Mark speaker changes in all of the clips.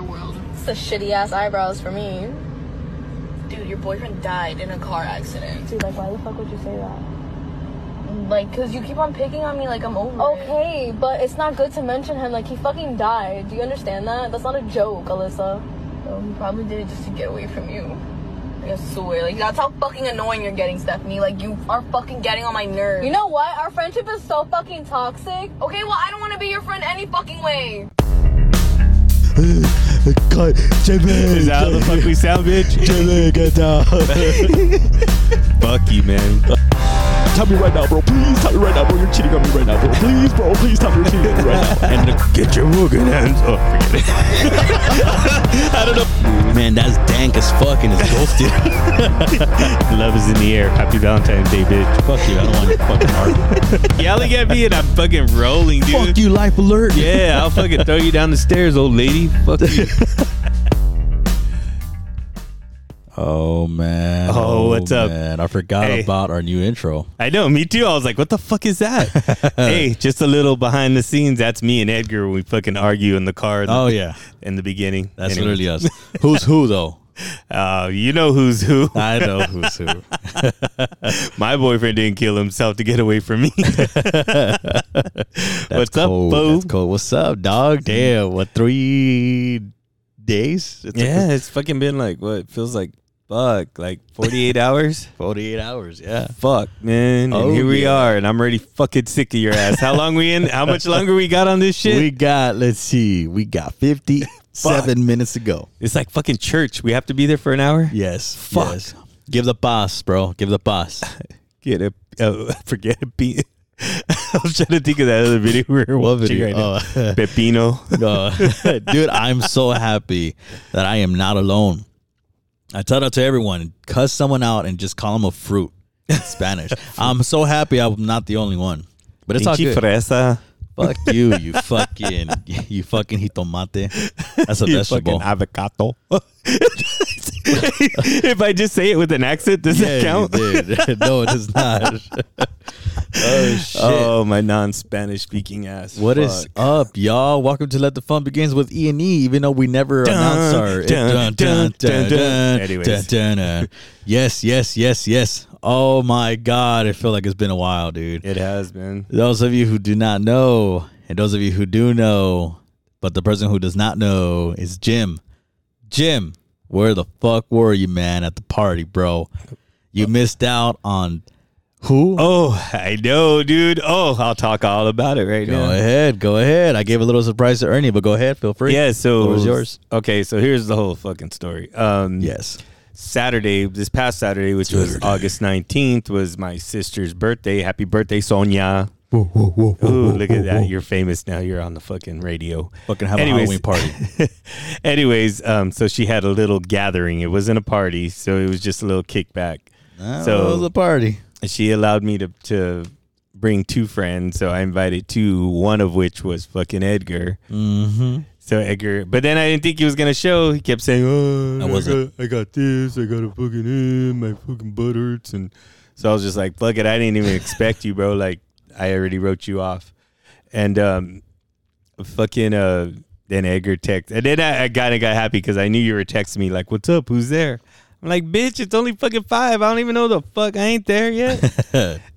Speaker 1: That's the shitty ass eyebrows for me.
Speaker 2: Dude, your boyfriend died in a car accident.
Speaker 1: Dude, like, why the fuck would you say that?
Speaker 2: Like, cause you keep on picking on me like I'm over. it.
Speaker 1: Okay, but it's not good to mention him. Like, he fucking died. Do you understand that? That's not a joke, Alyssa.
Speaker 2: Um, he probably did it just to get away from you. I swear. Like that's how fucking annoying you're getting, Stephanie. Like you are fucking getting on my nerves.
Speaker 1: You know what? Our friendship is so fucking toxic.
Speaker 2: Okay, well I don't want to be your friend any fucking way.
Speaker 3: God, Jimmy,
Speaker 4: Is that how the fuck we sound, bitch?
Speaker 3: Jimmy, get down.
Speaker 4: fuck you, man.
Speaker 3: tell me right now, bro. Please tell me right now, bro. You're cheating on me right now, bro. Please, bro. Please tell me you're cheating on me right now.
Speaker 4: And the- get your fucking hands up. Forget it. I don't know. Man, that's dank as fuck and it's ghosted. Love is in the air. Happy Valentine's Day, bitch.
Speaker 3: Fuck you. I don't want your fucking heart.
Speaker 4: Yelling at me and I'm fucking rolling, dude.
Speaker 3: Fuck you, life alert.
Speaker 4: Yeah, I'll fucking throw you down the stairs, old lady. Fuck you.
Speaker 3: Oh man.
Speaker 4: Oh, what's up?
Speaker 3: Man. I forgot
Speaker 4: Hey.
Speaker 3: about our new intro.
Speaker 4: I know, me too. I was like, what the fuck is that? hey, just a little behind the scenes. That's me and Edgar when we fucking argue in the car in the,
Speaker 3: Oh yeah,
Speaker 4: in the beginning.
Speaker 3: that's
Speaker 4: Anyway,
Speaker 3: literally us. Who's who though?
Speaker 4: Uh, you know who's who.
Speaker 3: I know who's who.
Speaker 4: My boyfriend didn't kill himself to get away from me.
Speaker 3: That's
Speaker 4: What's up,
Speaker 3: cold.
Speaker 4: boo?
Speaker 3: That's cold. What's up, dog? Damn, what three days? It took
Speaker 4: Yeah,
Speaker 3: us
Speaker 4: it's fucking been like what feels like fuck, like forty eight hours.
Speaker 3: forty-eight hours. Yeah,
Speaker 4: Fuck, man. And
Speaker 3: Oh,
Speaker 4: here we
Speaker 3: yeah.
Speaker 4: are, and I'm already fucking sick of your ass. How long we in? How much longer we got on this shit?
Speaker 3: we got. Let's see, we got fifty-seven minutes to go.
Speaker 4: it's like fucking church. We have to be there for an hour.
Speaker 3: Yes,
Speaker 4: Fuck.
Speaker 3: yes. Give the boss, bro. Give the boss.
Speaker 4: Get a oh, forget a pe- I was trying to think of that other video we were
Speaker 3: What
Speaker 4: watching
Speaker 3: video?
Speaker 4: right now.
Speaker 3: Oh.
Speaker 4: Pepino. Oh.
Speaker 3: Uh, dude, I'm so happy that I am not alone. I tell that to everyone: cuss someone out and just call them a fruit in Spanish. I'm so happy I'm not the only one. But it's all
Speaker 4: Pinche
Speaker 3: good.
Speaker 4: fresa.
Speaker 3: Fuck you, you fucking, you fucking jitomate. That's a
Speaker 4: You
Speaker 3: vegetable.
Speaker 4: fucking avocado. if I just say it with an accent, does
Speaker 3: Yeah,
Speaker 4: that
Speaker 3: you
Speaker 4: count?
Speaker 3: did. no, it is not. oh shit!
Speaker 4: Oh, my non-Spanish speaking ass.
Speaker 3: what is up, y'all? Welcome to Let the Fun Begins with E and E. Even though we never
Speaker 4: Dun,
Speaker 3: announce our
Speaker 4: dun, dun, dun, dun. Anyways.
Speaker 3: dun, dun. yes, yes, yes, yes. Oh my god, I feel like it's been a while, dude.
Speaker 4: It has, man.
Speaker 3: Those of you who do not know, and those of you who do know, but the person who does not know is Jim. Jim, where the fuck were you, man, at the party, bro? You missed out on who?
Speaker 4: Oh, I know, dude. Oh, I'll talk all about it right
Speaker 3: go
Speaker 4: now.
Speaker 3: ahead, go ahead. I gave a little surprise to Ernie, but go ahead, feel free.
Speaker 4: Yeah, so
Speaker 3: What was yours?
Speaker 4: Okay, so here's the whole fucking story. Um,
Speaker 3: Yes.
Speaker 4: Saturday, this past Saturday, which was
Speaker 3: Saturday.
Speaker 4: August 19th, was my sister's birthday. Happy birthday, Sonia. Ooh, look at that. You're famous now. You're on the fucking radio.
Speaker 3: Fucking have
Speaker 4: Anyways.
Speaker 3: a Halloween party.
Speaker 4: Anyways, um, so she had a little gathering. It wasn't a party, so it was just a little kickback.
Speaker 3: so, it was a party.
Speaker 4: And she allowed me to to bring two friends, so I invited two, one of which was fucking Edgar.
Speaker 3: Mm-hmm.
Speaker 4: So Edgar, but then I didn't think he was gonna show. He kept saying, "Oh,
Speaker 3: I wasn't.
Speaker 4: got, I got this. I got a fucking uh, my fucking butt hurts." And so I was just like, "Fuck it, I didn't even expect you, bro. Like I already wrote you off." And um, fucking uh, then Edgar text, and then I, I kind of got happy because I knew you were texting me like, "What's up? Who's there?" I'm like, "Bitch, it's only fucking five. I don't even know the fuck. I ain't there yet."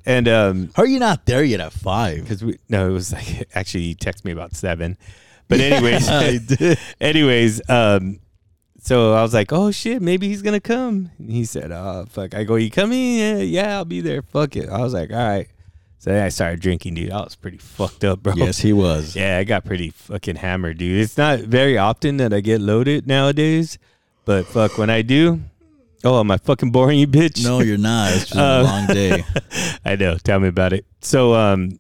Speaker 4: and um,
Speaker 3: How are you not there yet at five?
Speaker 4: because we no, it was like actually he texted me about seven. But anyways,
Speaker 3: I did.
Speaker 4: anyways, um, so I was like, oh shit, maybe he's gonna come. And he said, oh fuck. I go, you coming? Yeah, yeah, I'll be there. Fuck it. I was like, all right. So then I started drinking, dude. I was pretty fucked up, bro.
Speaker 3: Yes, he was.
Speaker 4: Yeah, I got pretty fucking hammered, dude. It's not very often that I get loaded nowadays, but fuck, when I do, oh, am I fucking boring you, bitch?
Speaker 3: No, you're not. It's just
Speaker 4: Uh,
Speaker 3: a long day.
Speaker 4: I know. Tell me about it. So, um,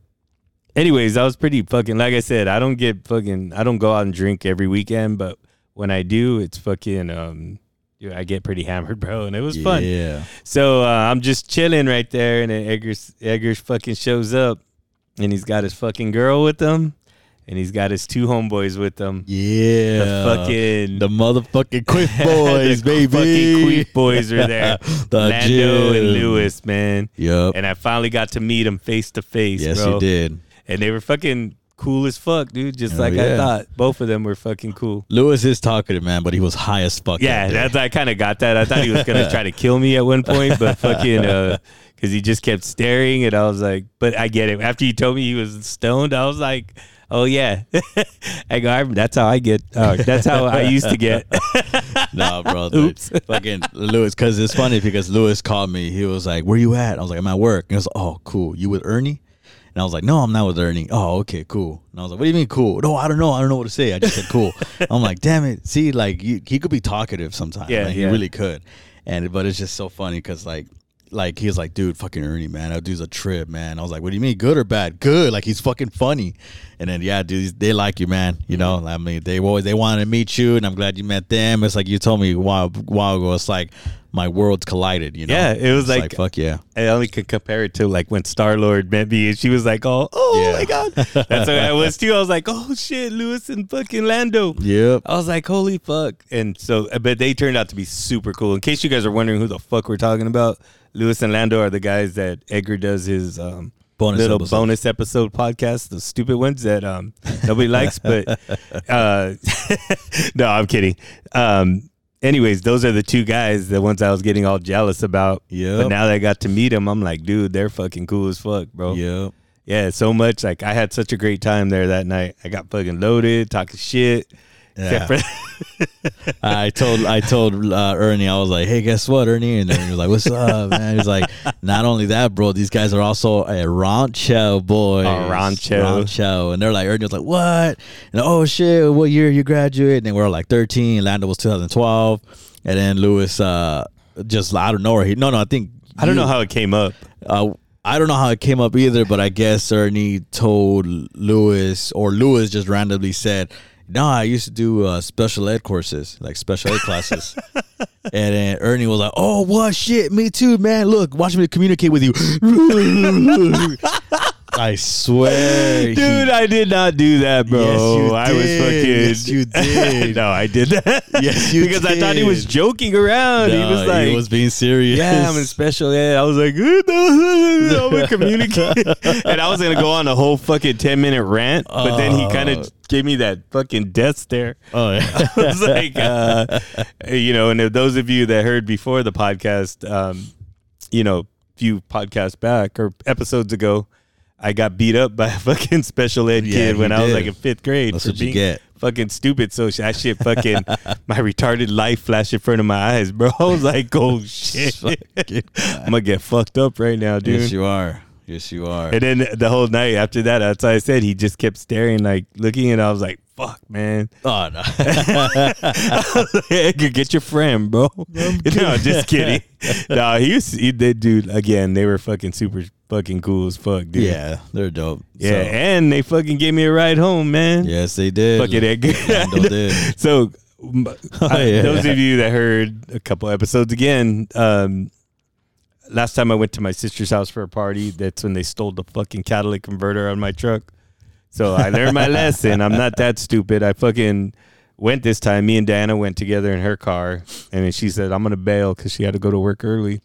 Speaker 4: anyways, I was pretty fucking. Like I said, I don't get fucking. I don't go out and drink every weekend, but when I do, it's fucking. Um, dude, I get pretty hammered, bro, and it was fun.
Speaker 3: Yeah.
Speaker 4: So uh, I'm just chilling right there, and then Edgar's Edgar's fucking shows up, and he's got his fucking girl with him, and he's got his two homeboys with him.
Speaker 3: Yeah.
Speaker 4: The fucking
Speaker 3: the motherfucking quick
Speaker 4: the
Speaker 3: boys, baby.
Speaker 4: Fucking Queef boys are there.
Speaker 3: The
Speaker 4: Lando and
Speaker 3: gym.
Speaker 4: Lewis, man.
Speaker 3: Yep.
Speaker 4: And I finally got to meet him face to face.
Speaker 3: yes,
Speaker 4: bro.
Speaker 3: you did.
Speaker 4: And they were fucking cool as fuck, dude. Just
Speaker 3: Oh,
Speaker 4: like I
Speaker 3: yeah.
Speaker 4: thought. Both of them were fucking cool.
Speaker 3: Lewis is talkative, man, but he was high as fuck.
Speaker 4: Yeah,
Speaker 3: that day.
Speaker 4: that's I kind of got that. I thought he was gonna try to kill me at one point, but fucking because he just kept staring, and I was like, but I get it. After you told me he was stoned, I was like, oh yeah, I go. I, that's how I get. Uh, that's how I used to get.
Speaker 3: nah, bro. dude.
Speaker 4: Oops.
Speaker 3: Fucking Lewis, because it's funny because Lewis called me. He was like, "Where you at?" I was like, "I'm at work." And he was, "Oh, cool. You with Ernie?" And I was like, "No, I'm not with Ernie." Oh, okay, cool. And I was like, "What do you mean cool?" No, I don't know. I don't know what to say. I just said cool. I'm like, "Damn it!" See, like you, he could be talkative sometimes.
Speaker 4: Yeah,
Speaker 3: Like, he
Speaker 4: yeah.
Speaker 3: really could. And but it's just so funny because like. Like he was like, dude, fucking Ernie, man, that dude's a trip, man. I was like, what do you mean, good or bad? Good, like he's fucking funny. And then yeah, dude, they like you, man. You know,
Speaker 4: Mm-hmm.
Speaker 3: I mean, they always they wanted to meet you, and I'm glad you met them. It's like you told me a while while ago. It's like my worlds collided. You know,
Speaker 4: Yeah, it was
Speaker 3: It's
Speaker 4: like-
Speaker 3: fuck yeah.
Speaker 4: I only could compare it to like when Star Lord met me and she was like, "Oh, oh
Speaker 3: Yeah.
Speaker 4: my god!" That's what I was too. I was like, "Oh shit, Lewis and fucking Lando."
Speaker 3: Yep.
Speaker 4: I was like, "Holy fuck!" And so, uh, but they turned out to be super cool. In case you guys are wondering who the fuck we're talking about, Lewis and Lando are the guys that Edgar does his um,
Speaker 3: Bonus
Speaker 4: little
Speaker 3: episode.
Speaker 4: bonus episode podcast, the stupid ones that um, nobody likes. But uh, no, I'm kidding. Um, anyways, those are the two guys, the ones I was getting all jealous about.
Speaker 3: Yep.
Speaker 4: But now that I got to meet them, I'm like, dude, they're fucking cool as fuck, bro.
Speaker 3: Yep.
Speaker 4: Yeah, so much. Like I had such a great time there that night. I got fucking loaded, talking shit.
Speaker 3: Yeah.
Speaker 4: Except for
Speaker 3: I told I told uh, Ernie I was like, hey, guess what, Ernie? And Ernie was like, what's up, man? He's like, not only that, bro, these guys are also a Rancho boy,
Speaker 4: Oh, Rancho.
Speaker 3: Rancho, and they're like, Ernie was like, what? And oh shit, what year you graduate? And then we are like 13. Lando was 2012, and then Lewis uh, just out of nowhere, he no no, I think
Speaker 4: I don't
Speaker 3: you-
Speaker 4: know how it came up.
Speaker 3: uh, I don't know how it came up either, but I guess Ernie told Lewis, or Lewis just randomly said, "No, I used to do uh, special ed courses, like special ed classes." and then Ernie was like, "Oh, what shit? Me too, man. Look, watch me communicate with you." I swear, he-
Speaker 4: Dude, I did not do that, bro.
Speaker 3: Yes, you
Speaker 4: I
Speaker 3: did.
Speaker 4: was fucking.
Speaker 3: Yes, you did.
Speaker 4: no, I did that.
Speaker 3: Yes, you
Speaker 4: because I thought he
Speaker 3: did.
Speaker 4: was joking around. he
Speaker 3: No,
Speaker 4: was like,
Speaker 3: he was being serious.
Speaker 4: "Yeah, I'm in special." Yeah, I was like, "Uh, no, "I'm gonna communicate," and I was gonna go on a whole fucking ten minute rant. But then he kind
Speaker 3: Oh.
Speaker 4: of gave me that fucking death stare.
Speaker 3: oh, yeah.
Speaker 4: I was like, uh, you know, and if those of you that heard before the podcast, um, you know, few podcasts back or episodes ago, I got beat up by a fucking special ed
Speaker 3: Yeah,
Speaker 4: kid
Speaker 3: you
Speaker 4: when I was
Speaker 3: did.
Speaker 4: like in fifth grade
Speaker 3: That's
Speaker 4: for
Speaker 3: what you
Speaker 4: being
Speaker 3: get.
Speaker 4: fucking stupid. So sh- that shit fucking, my retarded life flashed in front of my eyes, bro. I was like, oh shit.
Speaker 3: Fucking
Speaker 4: I'm going to get fucked up right now, dude.
Speaker 3: yes, you are. Yes, you are.
Speaker 4: And then the whole night after that, that's why I said he just kept staring, like looking, and I was like, fuck, man.
Speaker 3: oh no.
Speaker 4: Edgar, get your friend, bro. no, just kidding. no, he was he, they, dude. Again, they were fucking super fucking cool as fuck, dude.
Speaker 3: yeah, they're dope.
Speaker 4: yeah,
Speaker 3: So-
Speaker 4: and they fucking gave me a ride home, man.
Speaker 3: yes, they did.
Speaker 4: fucking Edgar.
Speaker 3: Lando did.
Speaker 4: so, m- I-
Speaker 3: Oh, yeah.
Speaker 4: those of you that heard a couple episodes again, um, last time I went to my sister's house for a party, that's when they stole the fucking catalytic converter on my truck. So I learned my lesson. I'm not that stupid. I fucking went this time. Me and Diana went together in her car, and then she said, "I'm gonna bail" because she had to go to work early.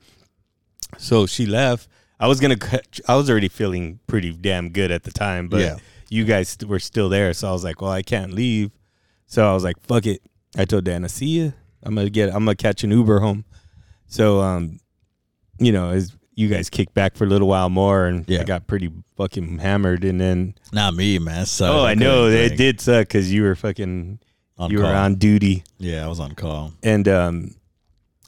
Speaker 4: So she left. I was gonna. cut- I was already feeling pretty damn good at the time, but
Speaker 3: Yeah.
Speaker 4: you guys were still there, so I was like, "Well, I can't leave." So I was like, "Fuck it." I told Diana, "See ya. I'm gonna get. I'm gonna catch an Uber home." So, um, you know, as you guys kicked back for a little while more, and I
Speaker 3: Yeah.
Speaker 4: got pretty fucking hammered, and then
Speaker 3: Not me, man. So
Speaker 4: oh, I know it did suck because you were fucking you were on duty,
Speaker 3: Yeah, I was on call.
Speaker 4: and um,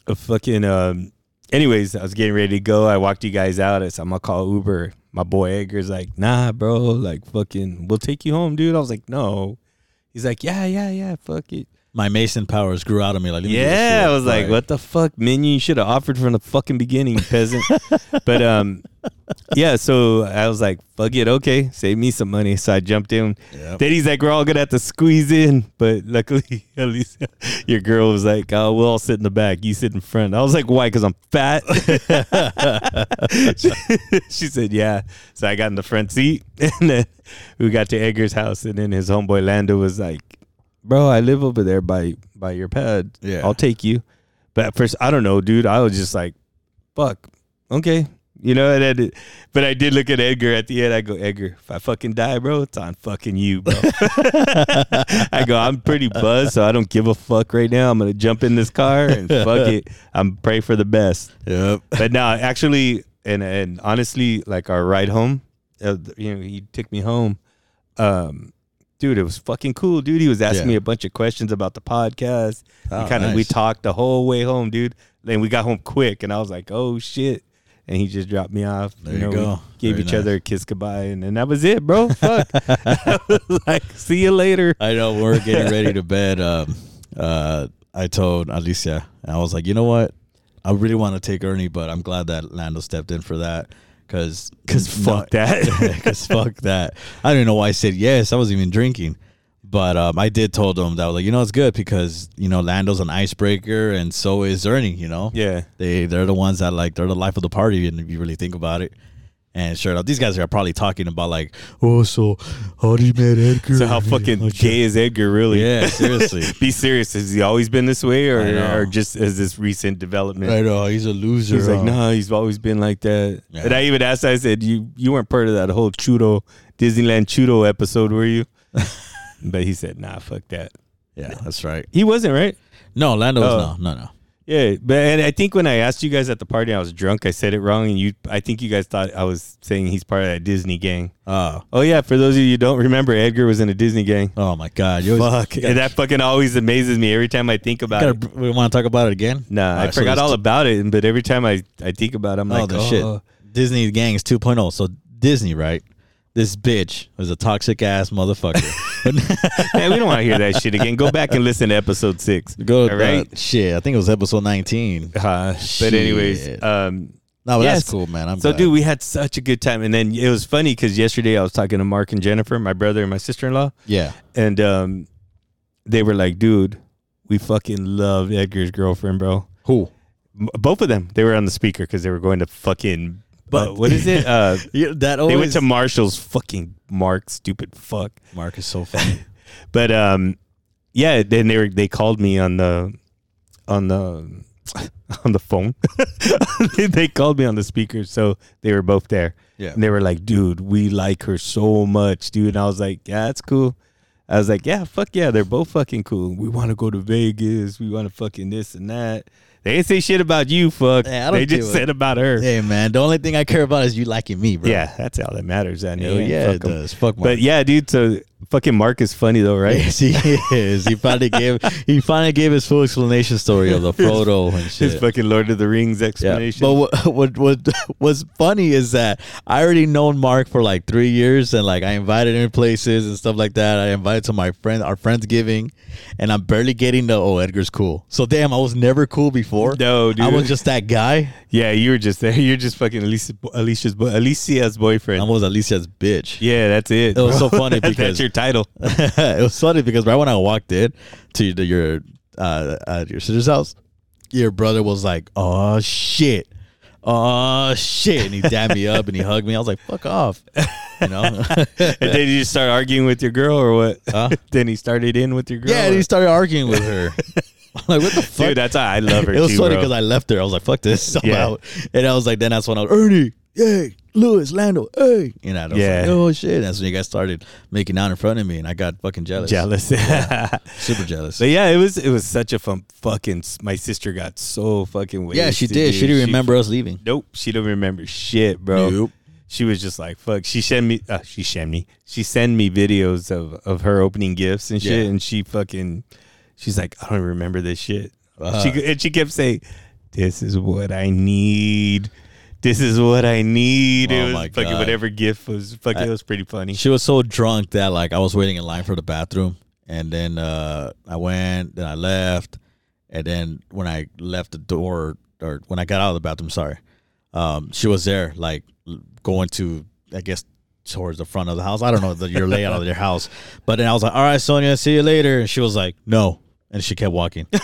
Speaker 4: a fucking um. Anyways, I was getting ready to go. I walked you guys out. I said, I'm gonna call Uber. My boy Edgar's like, nah, bro, like fucking, we'll take you home, dude. I was like, no. He's like, yeah, yeah, yeah, fuck it.
Speaker 3: My Mason powers grew out of me. Like let me do this
Speaker 4: Yeah,
Speaker 3: shit.
Speaker 4: I was like, what the fuck, menu? You should have offered from the fucking beginning, peasant. but um, yeah, so I was like, fuck it, okay, save me some money. So I jumped in.
Speaker 3: Yep.
Speaker 4: Then he's like, we're all gonna have to squeeze in, but luckily, at least your girl was like, oh, we'll all sit in the back, you sit in front. I was like, why? Because I'm fat. she, she said, yeah. So I got in the front seat, and then we got to Edgar's house, and then his homeboy Lando was like bro, I live over there by by your pad.
Speaker 3: Yeah.
Speaker 4: I'll take you. But at first, I don't know, dude. I was just like, fuck, okay. You know, and I did- but I did look at Edgar at the end. I go, Edgar, if I fucking die, bro, it's on fucking you, bro. I go, I'm pretty buzzed, so I don't give a fuck right now. I'm gonna jump in this car and fuck it. I'm pray for the best.
Speaker 3: Yep.
Speaker 4: But now, actually, and and honestly, like our ride home, uh, you know, he took me home. Um, dude, it was fucking cool, dude. He was asking
Speaker 3: Yeah.
Speaker 4: me a bunch of questions about the podcast.
Speaker 3: Oh,
Speaker 4: we kind of we
Speaker 3: nice.
Speaker 4: talked the whole way home, dude. Then we got home quick, and I was like, oh shit. And he just dropped me off.
Speaker 3: There you
Speaker 4: we
Speaker 3: go.
Speaker 4: Gave
Speaker 3: Very
Speaker 4: each
Speaker 3: nice.
Speaker 4: other a kiss goodbye, and, and that was it, bro. Fuck. I was like, see you later.
Speaker 3: I know we're getting ready to bed. Um, uh, I told Alicia, I was like, you know what? I really want to take Ernie, but I'm glad that Lando stepped in for that because
Speaker 4: Because fuck that.
Speaker 3: because fuck that. I don't even know why I said yes. I wasn't even drinking. But um, I did told them that I was like, you know, it's good because you know Lando's an icebreaker, and so is Ernie. You know,
Speaker 4: yeah.
Speaker 3: they they're the ones that like they're the life of the party, and if you really think about it. And sure enough, these guys are probably talking about like, oh, so how do you met Edgar?
Speaker 4: So how fucking gay is Edgar really?
Speaker 3: Oh, Yeah, seriously.
Speaker 4: Be serious. Has he always been this way,
Speaker 3: I know.
Speaker 4: or, or just as this recent development?
Speaker 3: I know oh, he's a loser.
Speaker 4: He's like,
Speaker 3: huh?
Speaker 4: no, he's always been like that.
Speaker 3: Yeah.
Speaker 4: And I even asked, I said, you you weren't part of that whole Chudo Disneyland Chudo episode, were you? but he said, nah, fuck that.
Speaker 3: Yeah, that's right.
Speaker 4: He wasn't right.
Speaker 3: No, Lando was
Speaker 4: Oh.
Speaker 3: no, no, no.
Speaker 4: Yeah, but and I think when I asked you guys at the party, I was drunk. I said it wrong, and you, I think you guys thought I was saying he's part of that Disney gang.
Speaker 3: Oh,
Speaker 4: Oh yeah, for those of you who don't remember, Edgar was in a Disney gang.
Speaker 3: oh my God! You always-
Speaker 4: Fuck, and that fucking always amazes me every time I think about it.
Speaker 3: Gotta, we want to talk about it again.
Speaker 4: Nah, I
Speaker 3: Alright, so
Speaker 4: forgot
Speaker 3: there's
Speaker 4: all
Speaker 3: two-
Speaker 4: about it, but every time I, I think about it, I'm
Speaker 3: Oh,
Speaker 4: like,
Speaker 3: the
Speaker 4: oh,
Speaker 3: shit. Disney gang is 2.0. So Disney, right? This bitch was a toxic ass motherfucker.
Speaker 4: man, we don't want to hear that shit again. Go back and listen to episode six.
Speaker 3: Go
Speaker 4: all
Speaker 3: to
Speaker 4: right.
Speaker 3: that shit. I think it was episode 19.
Speaker 4: Uh, but anyways,
Speaker 3: Shit.
Speaker 4: um,
Speaker 3: No, but
Speaker 4: Yes.
Speaker 3: that's cool, man. I'm
Speaker 4: so
Speaker 3: glad.
Speaker 4: dude, we had such a good time, and then it was funny because yesterday I was talking to Mark and Jennifer, my brother and my sister in law,
Speaker 3: Yeah,
Speaker 4: and um, they were like, dude, we fucking love Edgar's girlfriend, bro.
Speaker 3: who?
Speaker 4: M- Both of them, they were on the speaker because they were going to fucking. But
Speaker 3: But-
Speaker 4: what is it? Uh,
Speaker 3: Yeah, that always.
Speaker 4: they went to Marshall's. Fucking Mark, stupid fuck.
Speaker 3: Mark is so funny.
Speaker 4: But um, yeah. Then they were, they called me on the on the on the phone. They- they called me on the speaker, so they were both there.
Speaker 3: Yeah.
Speaker 4: and they were like, "Dude, we like her so much, dude." And I was like, "Yeah, that's cool." I was like, "Yeah, fuck yeah, they're both fucking cool. We want to go to Vegas. We want to fucking this and that." They didn't say shit about you, fuck.
Speaker 3: Yeah, I don't
Speaker 4: they just
Speaker 3: give a-
Speaker 4: said about her. Yeah,
Speaker 3: hey, man. The only thing I care about is you liking me, bro.
Speaker 4: that's all that matters. I know.
Speaker 3: Hell yeah,
Speaker 4: Fuck
Speaker 3: it
Speaker 4: 'em.
Speaker 3: does. Fuck Mark.
Speaker 4: Oh, But yeah, dude. So fucking Mark is funny though, right?
Speaker 3: Yes, he is. He finally gave he finally gave his full explanation story of the photo and
Speaker 4: His
Speaker 3: shit.
Speaker 4: fucking Lord of the Rings
Speaker 3: yeah.
Speaker 4: explanation.
Speaker 3: But what, what what what's funny is that I already known Mark for like three years, and like I invited him places and stuff like that. I invited to my friend our friends giving, and I'm barely getting the oh Edgar's cool. So damn, I was never cool before.
Speaker 4: No, dude.
Speaker 3: I was just that guy.
Speaker 4: yeah, you were just there. You're just fucking Alicia, Alicia's, bo- Alicia's boyfriend.
Speaker 3: I was Alicia's bitch.
Speaker 4: yeah, that's it.
Speaker 3: It was
Speaker 4: bro.
Speaker 3: so funny
Speaker 4: That- that's
Speaker 3: because-
Speaker 4: your title.
Speaker 3: it was funny because right when I walked in to the, your uh, uh, your sister's house, your brother was like, "Oh shit, oh shit," and he dabbed me up and he hugged me. I was like, "Fuck off," you know.
Speaker 4: And then you just start arguing with your girl, or what?
Speaker 3: Huh?
Speaker 4: then he started in with your girl.
Speaker 3: Uh, yeah, and
Speaker 4: or-
Speaker 3: he started arguing with her. I'm like, "What the fuck?"
Speaker 4: dude, that's how I love her.
Speaker 3: it was
Speaker 4: too,
Speaker 3: funny
Speaker 4: bro.
Speaker 3: because I left her. I was like, "Fuck this," I'm
Speaker 4: Yeah.
Speaker 3: out. And I was like, then that's when I was Ernie, hey, Lewis, Lando, hey, you know. And I was
Speaker 4: Yeah.
Speaker 3: like, oh shit. And that's when you guys started making out in front of me, and I got fucking jealous,
Speaker 4: jealous.
Speaker 3: super jealous.
Speaker 4: so yeah, it was it was such a fun fucking. My sister got so fucking wasted.
Speaker 3: yeah, she did.
Speaker 4: dude.
Speaker 3: She didn't remember us leaving.
Speaker 4: Nope, she don't remember shit, bro.
Speaker 3: Nope.
Speaker 4: She was just like, "Fuck." She sent me, uh, she sent me, she sent me videos of of her opening gifts and shit,
Speaker 3: Yeah.
Speaker 4: and she fucking, she's like, "I don't remember this shit." She and she kept saying, "This is what I need. This is what I need."
Speaker 3: Oh
Speaker 4: it was
Speaker 3: my
Speaker 4: fucking
Speaker 3: God.
Speaker 4: whatever gift was fucking. it was pretty funny.
Speaker 3: She was so drunk that like I was waiting in line for the bathroom, and then uh, I went, then I left, and then when I left the door or when I got out of the bathroom, sorry, um, she was there like l- going to I guess towards the front of the house. I don't know the, your layout of your house, but then I was like, all right, Sonia, see you later, and she was like, no, and she kept walking, and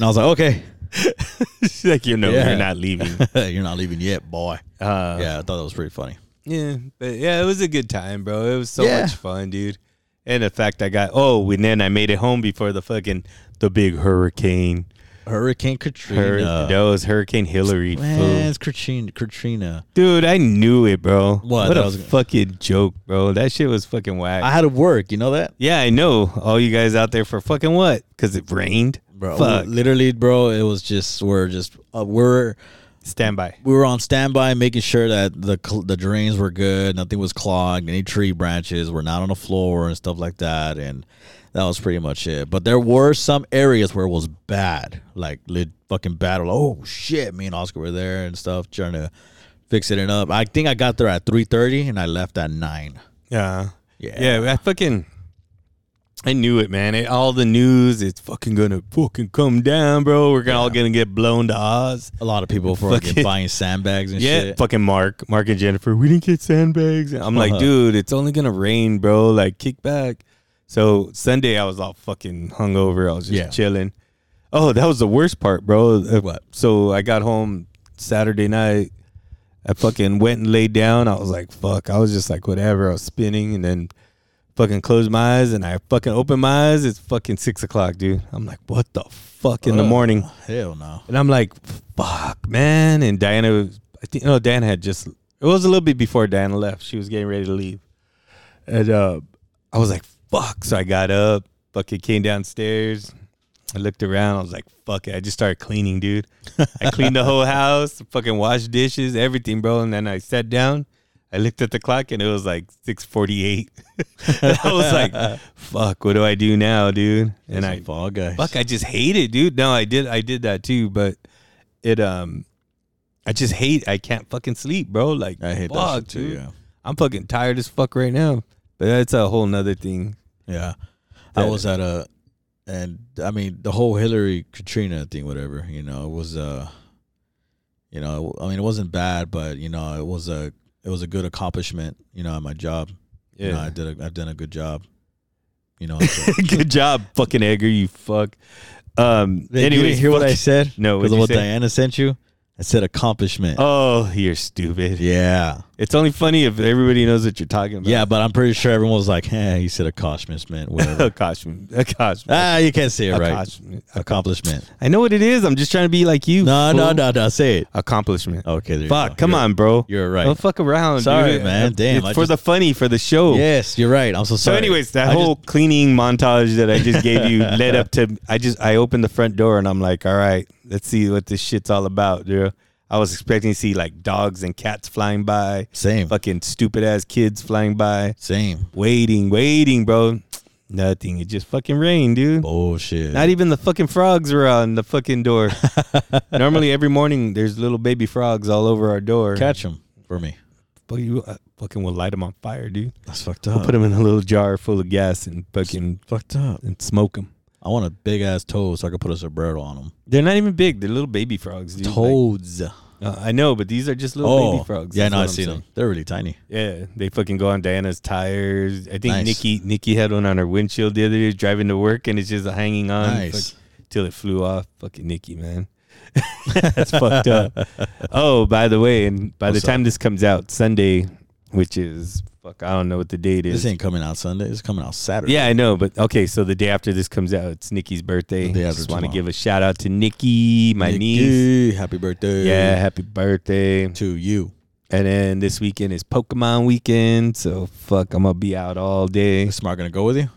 Speaker 3: I was like, okay,
Speaker 4: she's like, "You know,
Speaker 3: Yeah.
Speaker 4: you're not leaving."
Speaker 3: you're not leaving yet, boy.
Speaker 4: Uh,
Speaker 3: yeah, I thought that was pretty funny.
Speaker 4: Yeah, but yeah, it was a good time, bro. It was so
Speaker 3: Yeah.
Speaker 4: much fun, dude. And the fact I got oh, and then I made it home before the fucking the big hurricane.
Speaker 3: Hurricane Katrina.
Speaker 4: Hur- that was Hurricane Hillary.
Speaker 3: Man,
Speaker 4: fool.
Speaker 3: it's Katrina. Katrina.
Speaker 4: Dude, I knew it, bro.
Speaker 3: What?
Speaker 4: What
Speaker 3: That
Speaker 4: a
Speaker 3: was-
Speaker 4: fucking joke, bro. That shit was fucking whack.
Speaker 3: I had to work. You know that,
Speaker 4: yeah, I know. All you guys out there for fucking what? Because it rained?
Speaker 3: bro.
Speaker 4: Fuck.
Speaker 3: Literally, bro. It was just we're just uh, we're
Speaker 4: Stand by.
Speaker 3: we were on standby, making sure that the cl- the drains were good, nothing was clogged, any tree branches were not on the floor and stuff like that, and that was pretty much it. But there were some areas where it was bad, like lit fucking bad. Like, oh shit, me and Oscar were there and stuff, trying to fix it up. I think I got there at three thirty and I left at nine.
Speaker 4: Yeah.
Speaker 3: Yeah.
Speaker 4: Yeah, I fucking I knew it, man. It, all the news, it's fucking gonna fucking come down, bro. We're gonna all gonna get blown to Oz.
Speaker 3: A lot of people for
Speaker 4: Fucking-
Speaker 3: buying sandbags and
Speaker 4: Yeah,
Speaker 3: shit.
Speaker 4: fucking Mark, Mark and Jennifer. We didn't get sandbags. And I'm like,
Speaker 3: Uh-huh.
Speaker 4: dude, it's only gonna rain, bro. Like, kick back. So Sunday, I was all fucking hungover. I was just
Speaker 3: Yeah.
Speaker 4: chilling. Oh, that was the worst part, bro. Uh,
Speaker 3: What?
Speaker 4: So I got home Saturday night. I fucking went and laid down. I was like, fuck. I was just like, whatever. I was spinning, and then fucking closed my eyes, and I fucking opened my eyes. It's fucking six o'clock, dude. I'm like, what the fuck in the
Speaker 3: Ugh.
Speaker 4: morning.
Speaker 3: Hell no.
Speaker 4: And I'm like, fuck, man. And Diana, was- I think, no, Diana had just, it was a little bit before Diana left. She was getting ready to leave. And uh, I was like, fuck. So I got up, fucking came downstairs. I looked around. I was like, fuck it. I just started cleaning, dude. I cleaned the whole house, fucking washed dishes, everything, bro. And then I sat down. I looked at the clock and it was like 6:48. And I was like, "Fuck, what do I do now, dude?" And I
Speaker 3: fall guys.
Speaker 4: Fuck, I just hate it, dude. No, I did I did that too, but it um I just hate I can't fucking sleep, bro. Like
Speaker 3: I hate
Speaker 4: fuck,
Speaker 3: that shit too.
Speaker 4: dude.
Speaker 3: Yeah.
Speaker 4: I'm fucking tired as fuck right now. But that's a whole nother thing.
Speaker 3: Yeah. I
Speaker 4: That-
Speaker 3: was at a and I mean the whole Hillary Katrina thing, whatever, you know, it was uh you know, I mean it wasn't bad, but you know, it was a it was a good accomplishment, you know, at my job. You know, I did a, I've done a good job. You know, so-
Speaker 4: Good job, fucking Edgar, you fuck. Um
Speaker 3: Wait, you
Speaker 4: anyways,
Speaker 3: didn't hear what I
Speaker 4: fuck-
Speaker 3: said?
Speaker 4: No,
Speaker 3: Because of
Speaker 4: what'd you
Speaker 3: what
Speaker 4: say?
Speaker 3: Diana sent you? I said accomplishment.
Speaker 4: Oh, you're stupid.
Speaker 3: Yeah.
Speaker 4: It's only funny if everybody knows what you're talking about.
Speaker 3: Yeah, but I'm pretty sure everyone was like, eh, he said accomplishment, man. Whatever.
Speaker 4: Accomplishment. Accomplishment.
Speaker 3: ah, you can't say it right.
Speaker 4: Accomplishment.
Speaker 3: Accomplishment.
Speaker 4: I know what it is. I'm just trying to be like you.
Speaker 3: No, no,
Speaker 4: fool.
Speaker 3: no, no. Say it.
Speaker 4: Accomplishment.
Speaker 3: Okay, there you
Speaker 4: Fuck,
Speaker 3: go.
Speaker 4: come
Speaker 3: You're-
Speaker 4: on, bro.
Speaker 3: You're right.
Speaker 4: Don't fuck around.
Speaker 3: Sorry,
Speaker 4: dude.
Speaker 3: man. Damn,
Speaker 4: It's
Speaker 3: I
Speaker 4: for
Speaker 3: just-
Speaker 4: the funny, for the show.
Speaker 3: Yes, you're right. I'm so
Speaker 4: So,
Speaker 3: sorry.
Speaker 4: anyways, that
Speaker 3: I just-
Speaker 4: whole cleaning montage that I just gave you led up to I just I opened the front door and I'm like, all right, let's see what this shit's all about, dude. I was expecting to see like dogs and cats flying by,
Speaker 3: same,
Speaker 4: fucking stupid ass kids flying by,
Speaker 3: same
Speaker 4: waiting, waiting, bro. Nothing. It just fucking rained, dude.
Speaker 3: bullshit.
Speaker 4: Not even the fucking frogs were on the fucking door. Normally every morning there's little baby frogs all over our door.
Speaker 3: catch them for me.
Speaker 4: Fuck you I fucking will light them on fire, dude.
Speaker 3: That's fucked up.
Speaker 4: Put them in a little jar full of gas and fucking
Speaker 3: fucked up.
Speaker 4: and smoke them.
Speaker 3: I want a big ass toad so I could put a sombrero on them.
Speaker 4: They're not even big. They're little baby frogs, dude. Like,
Speaker 3: Toads.
Speaker 4: uh, I know, but these are just little
Speaker 3: oh,
Speaker 4: baby frogs.
Speaker 3: yeah,
Speaker 4: That's
Speaker 3: no,
Speaker 4: what
Speaker 3: I've
Speaker 4: I'm
Speaker 3: seen
Speaker 4: saying.
Speaker 3: them. They're really tiny.
Speaker 4: Yeah, they fucking go on Diana's tires. I think
Speaker 3: Nice.
Speaker 4: Nikki Nikki had one on her windshield the other day driving to work, and it's just hanging on
Speaker 3: Nice.
Speaker 4: fuck, till it flew off. Fucking Nikki, man. That's fucked up. Oh, by the way, and by
Speaker 3: What's
Speaker 4: the time this comes out Sunday, which is fuck, I don't know what the date is.
Speaker 3: This ain't coming out Sunday. It's coming out Saturday.
Speaker 4: Yeah, I know, but okay. So the day after this comes out, it's Nikki's birthday.
Speaker 3: The day
Speaker 4: I
Speaker 3: after
Speaker 4: just want to
Speaker 3: tomorrow.
Speaker 4: give a shout out to Nikki, my
Speaker 3: Nikki,
Speaker 4: niece.
Speaker 3: Happy birthday.
Speaker 4: Yeah, happy birthday!
Speaker 3: To you.
Speaker 4: And then this weekend is Pokemon weekend, so fuck, I'm gonna be out all day.
Speaker 3: Is Mark gonna go with you?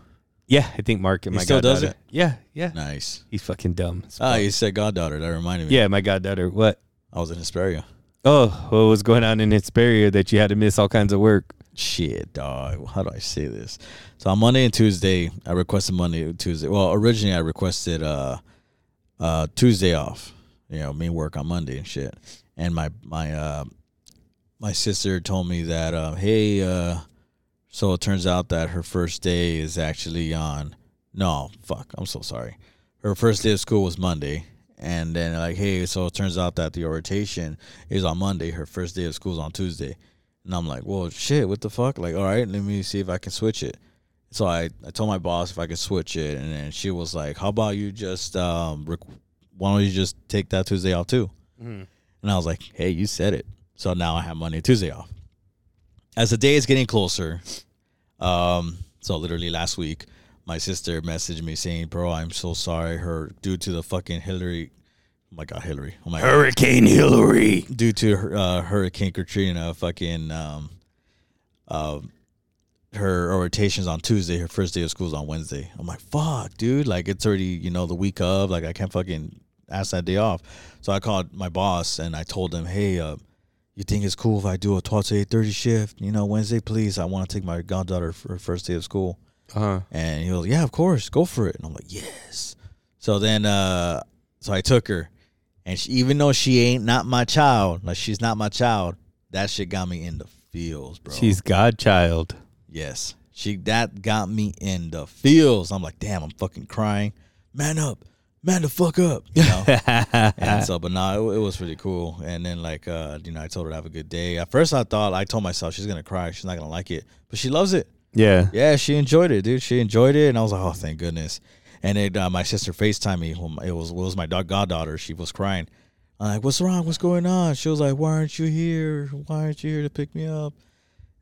Speaker 4: Yeah, I think Mark and
Speaker 3: He
Speaker 4: my
Speaker 3: still does
Speaker 4: goddaughter. Yeah, yeah.
Speaker 3: Nice.
Speaker 4: He's fucking dumb. as
Speaker 3: Ah,
Speaker 4: fuck.
Speaker 3: you said goddaughter. That reminded me.
Speaker 4: yeah, my goddaughter. What?
Speaker 3: I was in Hesperia.
Speaker 4: Oh, what was going on in Hesperia that you had to miss all kinds of work?
Speaker 3: shit, dog. How do I say this? So on Monday and Tuesday, I requested Monday and Tuesday. Well, originally I requested uh uh Tuesday off. You know, me work on Monday and shit. And my my uh my sister told me that uh hey uh so it turns out that her first day is actually on no, fuck, I'm so sorry. Her first day of school was Monday. And then like, hey, so it turns out that the orientation is on Monday. Her first day of school is on Tuesday. And I'm like, well, shit, what the fuck? Like, all right, let me see if I can switch it. So I, I told my boss if I could switch it, and then she was like, how about you just um, rec- why don't you just take that Tuesday off too? And I was like, hey, you said it. So now I have Monday and Tuesday off. As the day is getting closer, um, so literally last week, my sister messaged me saying, "Bro, I'm so sorry. Her due to the fucking Hillary, oh my God, Hillary, oh my God,
Speaker 4: Hurricane Hillary.
Speaker 3: due to uh, Hurricane Katrina, fucking um, um, her orientations on Tuesday. Her first day of school's on Wednesday. I'm like, fuck, dude. Like it's already you know the week of. Like I can't fucking ask that day off. So I called my boss and I told him, hey, uh, you think it's cool if I do a 12 to 8:30 shift? You know, Wednesday, please. I want to take my goddaughter for her first day of school.
Speaker 4: Uh huh.
Speaker 3: And he was, yeah, of course, go for it. And I'm like, yes. So then, uh, so I took her, and she, even though she ain't not my child, like she's not my child, that shit got me in the feels, bro.
Speaker 4: She's godchild.
Speaker 3: yes, she that got me in the feels. I'm like, damn, I'm fucking crying. Man up, man the fuck up. You know. And so, but no, it, it was pretty cool. And then, like, uh, you know, I told her to have a good day. At first, I thought I told myself she's gonna cry, she's not gonna like it, but she loves it.
Speaker 4: yeah.
Speaker 3: Yeah, she enjoyed it, dude. She enjoyed it, and I was like, oh, thank goodness. And it, uh, my sister Facetime me. whom- It was it was my da- goddaughter. She was crying. I'm like, what's wrong? What's going on? She was like, why aren't you here? Why aren't you here to pick me up?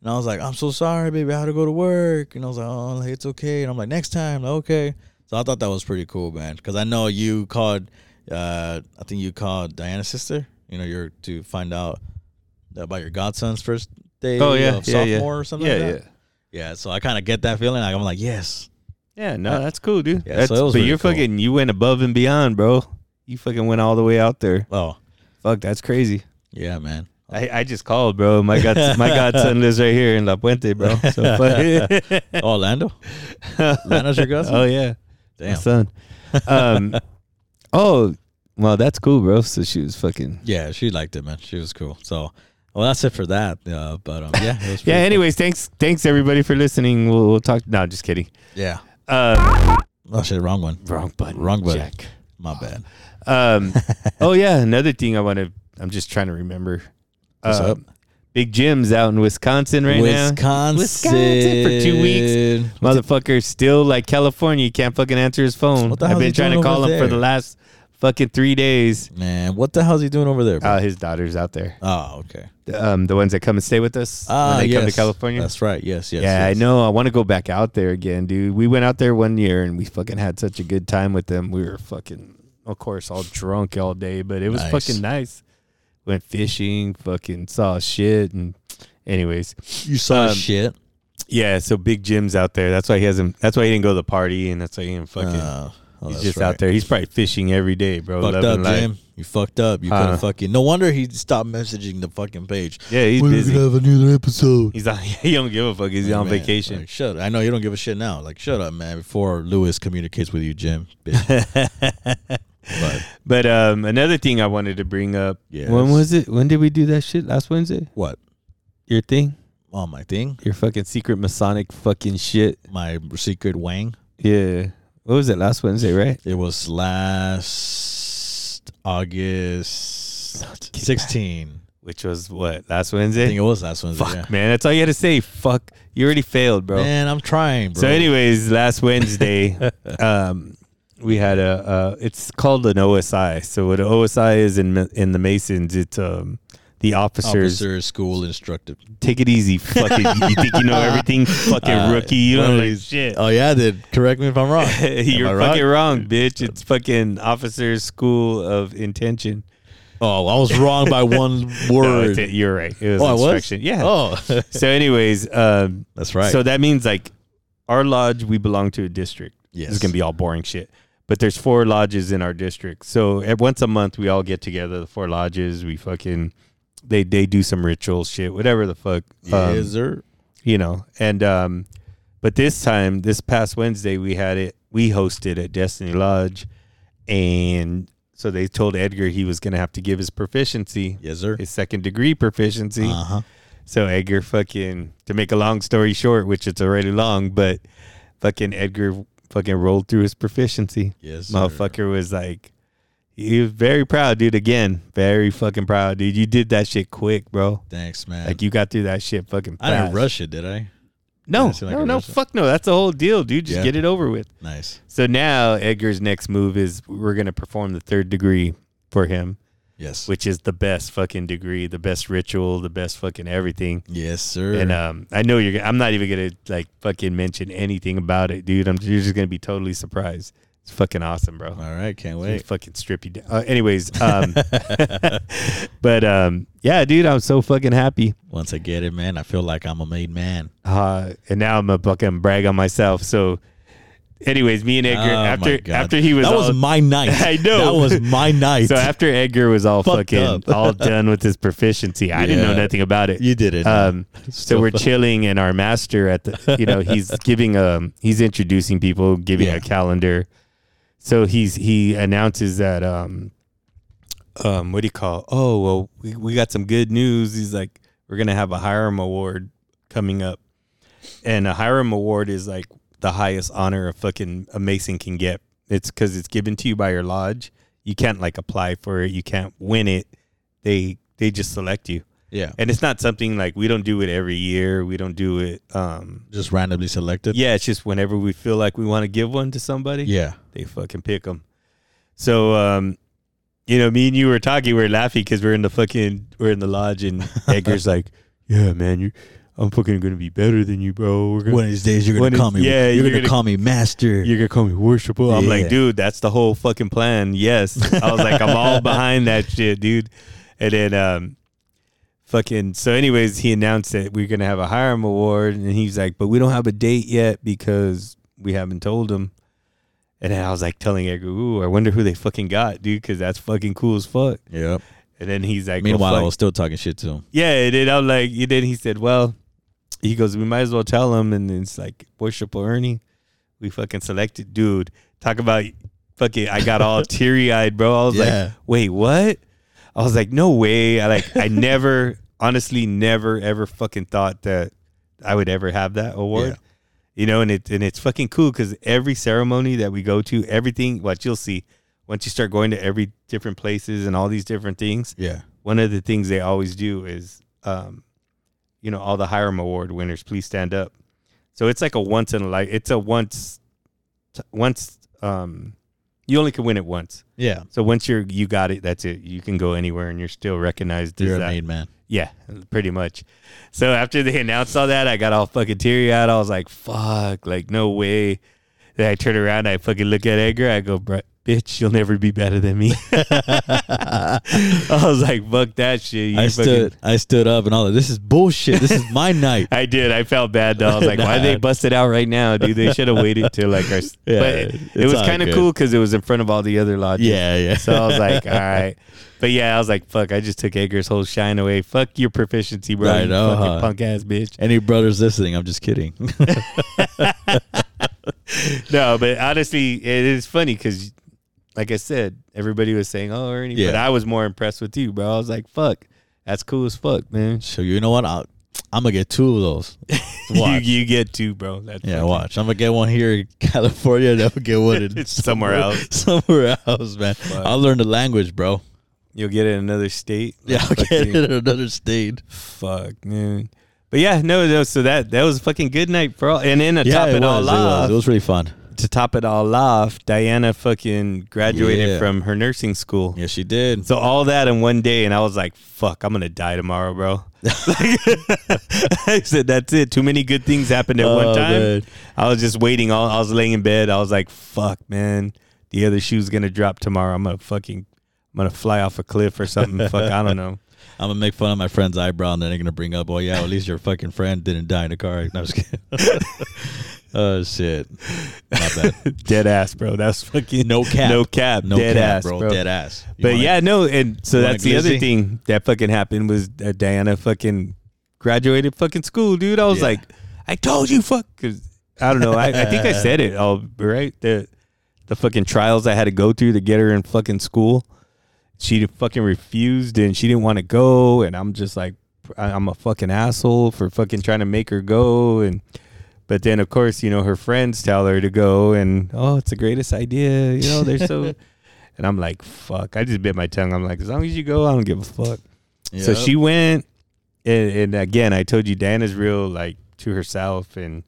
Speaker 3: And I was like, I'm so sorry, baby. I had to go to work. And I was like, oh, like, it's okay. And I'm like, next time, like, okay. So I thought that was pretty cool, man. Because I know you called. Uh, I think you called Diana's sister. You know, you're to find out about your godson's first day.
Speaker 4: Oh yeah.
Speaker 3: of
Speaker 4: yeah, yeah.
Speaker 3: uh, sophomore or something.
Speaker 4: Yeah,
Speaker 3: like that.
Speaker 4: yeah.
Speaker 3: Yeah, so I kind of get that feeling. Like I'm like, yes,
Speaker 4: Yeah, no, that's cool, dude.
Speaker 3: Yeah,
Speaker 4: that's,
Speaker 3: so it was
Speaker 4: but
Speaker 3: really
Speaker 4: you're
Speaker 3: cool.
Speaker 4: fucking, you went above and beyond, bro. You fucking went all the way out there.
Speaker 3: oh
Speaker 4: Fuck, that's crazy.
Speaker 3: yeah, man.
Speaker 4: I, I just called, bro. My god, my godson lives right here in La Puente, bro. So fuck.
Speaker 3: Orlando, Orlando's your cousin.
Speaker 4: oh yeah, my
Speaker 3: Damn.
Speaker 4: son. Um, oh, well, that's cool, bro. So she was fucking.
Speaker 3: Yeah, she liked it, man. She was cool. So, well, that's it for that. Uh, but um, yeah, it was
Speaker 4: Yeah.
Speaker 3: pretty
Speaker 4: Anyways, thanks, thanks everybody for listening. We'll, we'll talk. No, just kidding.
Speaker 3: cool. yeah.
Speaker 4: Uh,
Speaker 3: Oh shit, wrong one.
Speaker 4: wrong button.
Speaker 3: Wrong button.
Speaker 4: Jack.
Speaker 3: My bad.
Speaker 4: Um, oh yeah, another thing I want to. I'm just trying to remember.
Speaker 3: What's
Speaker 4: Uh,
Speaker 3: up?
Speaker 4: Big Jim's out in Wisconsin right
Speaker 3: Wisconsin.
Speaker 4: now. Wisconsin for two weeks. Motherfucker, still like California, he can't fucking answer his phone.
Speaker 3: What the
Speaker 4: I've
Speaker 3: hell's he
Speaker 4: been trying to
Speaker 3: doing
Speaker 4: call
Speaker 3: over
Speaker 4: him for the
Speaker 3: there?
Speaker 4: last fucking three days.
Speaker 3: Man, what the hell's he doing over there? Bro?
Speaker 4: Uh, his daughter's out there.
Speaker 3: oh, okay.
Speaker 4: Um, the ones that come and stay with us
Speaker 3: Ah,
Speaker 4: when they
Speaker 3: yes.
Speaker 4: come to California.
Speaker 3: That's right. Yes, yes.
Speaker 4: yeah,
Speaker 3: yes.
Speaker 4: I know. I want to go back out there again, dude. We went out there one year and we fucking had such a good time with them. We were fucking, of course, all drunk all day, but it was
Speaker 3: Nice.
Speaker 4: fucking nice. Went fishing, fucking saw shit, and anyways,
Speaker 3: You saw
Speaker 4: Um,
Speaker 3: shit.
Speaker 4: yeah. So big Jim's out there. That's why he hasn't. That's why he didn't go to the party, and that's why he didn't fucking.
Speaker 3: Uh, oh,
Speaker 4: he's
Speaker 3: that's
Speaker 4: just
Speaker 3: right.
Speaker 4: out there. He's probably fishing every day, bro.
Speaker 3: Fucked
Speaker 4: Loving
Speaker 3: up,
Speaker 4: life.
Speaker 3: Jim. You fucked up. You could
Speaker 4: Huh.
Speaker 3: have fucking. No wonder he stopped messaging the fucking page.
Speaker 4: Yeah, he's
Speaker 3: We're
Speaker 4: busy.
Speaker 3: gonna have another episode.
Speaker 4: He's on. He don't give a fuck. He's on
Speaker 3: Oh, Man,
Speaker 4: vacation.
Speaker 3: Like, shut up. I know you don't give a shit now. Like, shut up, man, before Lewis communicates with you, Jim. Bitch. but
Speaker 4: But um, another thing I wanted to bring up.
Speaker 3: Yes.
Speaker 4: When was it? When did we do that shit? Last Wednesday.
Speaker 3: what?
Speaker 4: Your thing.
Speaker 3: On my thing?
Speaker 4: Your fucking secret Masonic fucking shit.
Speaker 3: My secret wang?
Speaker 4: Yeah. What was it last Wednesday, right?
Speaker 3: It was last August 16.
Speaker 4: Which was what? Last
Speaker 3: I think
Speaker 4: Wednesday?
Speaker 3: it was last Wednesday.
Speaker 4: Fuck,
Speaker 3: yeah.
Speaker 4: man. That's all you had to say. Fuck. You already failed, bro.
Speaker 3: Man, I'm trying, bro.
Speaker 4: So, anyways, last Wednesday, um, we had a. Uh, it's called an OSI. So, what an OSI is in Ma- in the Masons, it's um, the officers
Speaker 3: Officer school instructive.
Speaker 4: take it easy. Fucking, you think you know everything? Fucking
Speaker 3: Uh,
Speaker 4: rookie, you don't know
Speaker 3: please.
Speaker 4: shit.
Speaker 3: Oh, yeah, dude. Correct me if I'm wrong. Am I
Speaker 4: You're
Speaker 3: wrong?
Speaker 4: fucking wrong, bitch. It's fucking Officers School of Intention.
Speaker 3: Oh, I was wrong by one
Speaker 4: No,
Speaker 3: word.
Speaker 4: it's- you're right. It was
Speaker 3: oh, I was?
Speaker 4: instruction. Yeah.
Speaker 3: Oh,
Speaker 4: So, anyways, um,
Speaker 3: that's right.
Speaker 4: so that means like our lodge, we belong to a district. This is
Speaker 3: Yes.
Speaker 4: gonna be all boring shit. But there's four lodges in our district. So at once a month, we all get together. The four lodges, we fucking they they do some ritual shit, whatever the fuck.
Speaker 3: yeah,
Speaker 4: um,
Speaker 3: sir.
Speaker 4: you know and um but this time this past wednesday we had it we hosted at destiny lodge and so they told edgar he was gonna have to give his proficiency
Speaker 3: Yes, sir.
Speaker 4: his second degree proficiency
Speaker 3: Uh huh.
Speaker 4: so edgar fucking to make a long story short which it's already long but fucking edgar fucking rolled through his proficiency
Speaker 3: Yes, sir.
Speaker 4: motherfucker was like he was very proud dude again very fucking proud dude you did that shit quick bro
Speaker 3: Thanks, man.
Speaker 4: like you got through that shit fucking
Speaker 3: I didn't
Speaker 4: fast.
Speaker 3: rush it, did I?
Speaker 4: No,
Speaker 3: Doesn't seem like
Speaker 4: no,
Speaker 3: a
Speaker 4: no,
Speaker 3: rush.
Speaker 4: fuck no. That's the whole deal, dude. Just
Speaker 3: Yeah.
Speaker 4: get it over with.
Speaker 3: Nice.
Speaker 4: So now Edgar's next move is we're gonna perform the third degree for him.
Speaker 3: Yes.
Speaker 4: which is the best fucking degree, the best ritual, the best fucking everything.
Speaker 3: yes, sir.
Speaker 4: And um, I know you're. gonna- I'm not even gonna like fucking mention anything about it, dude. I'm. You're just gonna be totally surprised. It's fucking awesome, bro.
Speaker 3: All right, can't
Speaker 4: It's gonna
Speaker 3: wait.
Speaker 4: Fucking strip you down. Uh, anyways, um, but um, yeah, dude, I'm so fucking happy.
Speaker 3: Once I get it, man, I feel like I'm a made man.
Speaker 4: Uh, and now I'm a fucking brag on myself. So, anyways, me and Edgar
Speaker 3: Oh, my
Speaker 4: after
Speaker 3: God.
Speaker 4: after he was
Speaker 3: that
Speaker 4: all-
Speaker 3: was my night.
Speaker 4: I know.
Speaker 3: that was my night.
Speaker 4: so uh, after Edgar was all
Speaker 3: Fucked
Speaker 4: fucking
Speaker 3: up.
Speaker 4: all done with his proficiency, I didn't know
Speaker 3: Yeah.
Speaker 4: nothing about it.
Speaker 3: you did it.
Speaker 4: Um, so
Speaker 3: Still
Speaker 4: we're
Speaker 3: fun.
Speaker 4: chilling, and our master at the, you know, he's giving um, he's introducing people, giving
Speaker 3: Yeah.
Speaker 4: a calendar. So he's he announces that um, um, what do you call? Oh well, we, we got some good news. He's like, we're gonna have a Hiram Award coming up, and a Hiram Award is like the highest honor a fucking a mason can get. It's because it's given to you by your lodge. You can't like apply for it. You can't win it. They they just select you
Speaker 3: yeah,
Speaker 4: and it's not something like we don't do it every year we don't do it um
Speaker 3: just randomly selected.
Speaker 4: yeah it's just whenever we feel like we want to give one to somebody
Speaker 3: yeah.
Speaker 4: they fucking pick them so um you know me and you were talking we were laughing because we're in the fucking we're in the lodge and edgar's like yeah man you i'm fucking gonna be better than you bro we're gonna
Speaker 3: One of these days, you're
Speaker 4: One
Speaker 3: gonna
Speaker 4: of-
Speaker 3: call me.
Speaker 4: yeah,
Speaker 3: you're,
Speaker 4: you're
Speaker 3: gonna,
Speaker 4: gonna-
Speaker 3: call me master.
Speaker 4: you're gonna call me worshipful. I'm
Speaker 3: Yeah.
Speaker 4: like, dude, that's the whole fucking plan. Yes. I was like, I'm all behind that shit, dude. And then um fucking so anyways, he announced that we're gonna have a Hiram award and he's like, But we don't have a date yet because we haven't told him. And then I was like telling Edgar, ooh, I wonder who they fucking got, dude, because that's fucking cool as fuck.
Speaker 3: Yep.
Speaker 4: And then he's like, well,
Speaker 3: Meanwhile, I
Speaker 4: fuck.
Speaker 3: was still talking shit to him.
Speaker 4: Yeah, and then I'm like, and then he said, well, he goes, we might as well tell him. And it's like, worshipful Ernie, we fucking selected, dude. Talk about fucking, I got all teary eyed, bro. I was
Speaker 3: Yeah.
Speaker 4: like, wait, what? I was like, no way. I like, I never, honestly, never ever fucking thought that I would ever have that award.
Speaker 3: Yeah.
Speaker 4: You know, and it and it's fucking cool because every ceremony that we go to, everything, what you'll see, once you start going to every different places and all these different things,
Speaker 3: Yeah.
Speaker 4: one of the things they always do is, um, you know, all the Hiram Award winners, please stand up. So it's like a once in a life. It's a once, t- once. Um, you only can win it once.
Speaker 3: Yeah.
Speaker 4: So once you're you got it, that's it. You can go anywhere and you're still recognized. as
Speaker 3: You're a
Speaker 4: that.
Speaker 3: made man.
Speaker 4: Yeah, pretty much. So after they announced all that, I got all fucking teary eyed. I was like, "Fuck! Like no way." Then I turn around, I fucking look at Edgar. I go, "Bru- "Bitch, you'll never be better than me." I was like, "Fuck that shit." You
Speaker 3: I
Speaker 4: fucking-
Speaker 3: stood. I stood up and all that. This is bullshit. This is my night.
Speaker 4: I did. I felt bad though. I was like, "Why
Speaker 3: Nah.
Speaker 4: they bust it out right now, dude? They should have waited till like our." s
Speaker 3: Yeah,
Speaker 4: but it, it
Speaker 3: it's
Speaker 4: was
Speaker 3: all
Speaker 4: kind of
Speaker 3: good.
Speaker 4: cool because it was in front of all the other lodges.
Speaker 3: Yeah. Yeah.
Speaker 4: So I was like, all right. But yeah, I was like, fuck, I just took Edgar's whole shine away. Fuck your proficiency, bro.
Speaker 3: I
Speaker 4: you
Speaker 3: know,
Speaker 4: fucking
Speaker 3: huh?
Speaker 4: punk ass bitch.
Speaker 3: Any brothers listening? I'm just kidding.
Speaker 4: No, but honestly, it is funny because, like I said, everybody was saying, oh, Ernie. But
Speaker 3: Yeah.
Speaker 4: I was more impressed with you, bro. I was like, fuck, that's cool as fuck, man.
Speaker 3: so you know what? I'll, I'm gonna get two of those.
Speaker 4: You,
Speaker 3: Watch.
Speaker 4: you get two, bro. That's
Speaker 3: Yeah,
Speaker 4: fucking-
Speaker 3: watch. I'm gonna get one here in California, and I'm gonna get one in
Speaker 4: Somewhere else.
Speaker 3: Somewhere else, man. I'll learn the language, bro.
Speaker 4: You'll get it in another state.
Speaker 3: Yeah, I'll
Speaker 4: Fuck
Speaker 3: get
Speaker 4: you.
Speaker 3: it in another state.
Speaker 4: Fuck, man. But yeah, no, no. So that that was a fucking good night for all. And then to top
Speaker 3: Yeah,
Speaker 4: it,
Speaker 3: it
Speaker 4: all
Speaker 3: was, it was.
Speaker 4: off,
Speaker 3: It was really fun.
Speaker 4: to top it all off, Diana fucking graduated
Speaker 3: Yeah.
Speaker 4: from her nursing school.
Speaker 3: Yeah, she did.
Speaker 4: So all that in one day, and I was like, "Fuck, I'm gonna die tomorrow, bro." I said, "That's it. Too many good things happened at
Speaker 3: Oh,
Speaker 4: one time."
Speaker 3: man.
Speaker 4: I was just waiting. All I was laying in bed. I was like, "Fuck, man, the other shoe's gonna drop tomorrow. I'm gonna fucking, I'm gonna fly off a cliff or something. Fuck, I don't know."
Speaker 3: I'm gonna make fun of my friend's eyebrow, and then they're gonna bring up, "Oh yeah, at least your fucking friend didn't die in a car." No, I'm just kidding. oh shit, not bad.
Speaker 4: Dead ass, bro. That's fucking
Speaker 3: No cap.
Speaker 4: No cap.
Speaker 3: No
Speaker 4: dead
Speaker 3: cap,
Speaker 4: ass,
Speaker 3: bro.
Speaker 4: bro.
Speaker 3: Dead ass. You
Speaker 4: But
Speaker 3: wanna-
Speaker 4: yeah, no, and so
Speaker 3: you want
Speaker 4: that's
Speaker 3: a
Speaker 4: the other
Speaker 3: glizzy?
Speaker 4: thing that fucking happened was that Diana fucking graduated fucking school, dude. I was
Speaker 3: Yeah.
Speaker 4: like, I told you, fuck, because I don't know. I, I think I said it all right. The the fucking trials I had to go through to get her in fucking school, she fucking refused and she didn't want to go, and I'm just like, I- I'm a fucking asshole for fucking trying to make her go and. But then, of course, you know her friends tell her to go, and oh, it's the greatest idea. You know, they're so and I'm like, fuck. I just bit my tongue. I'm like, as long as you go, I don't give a fuck. So
Speaker 3: Yep.
Speaker 4: she went, and, and again, I told you, Dana's real, like to herself, and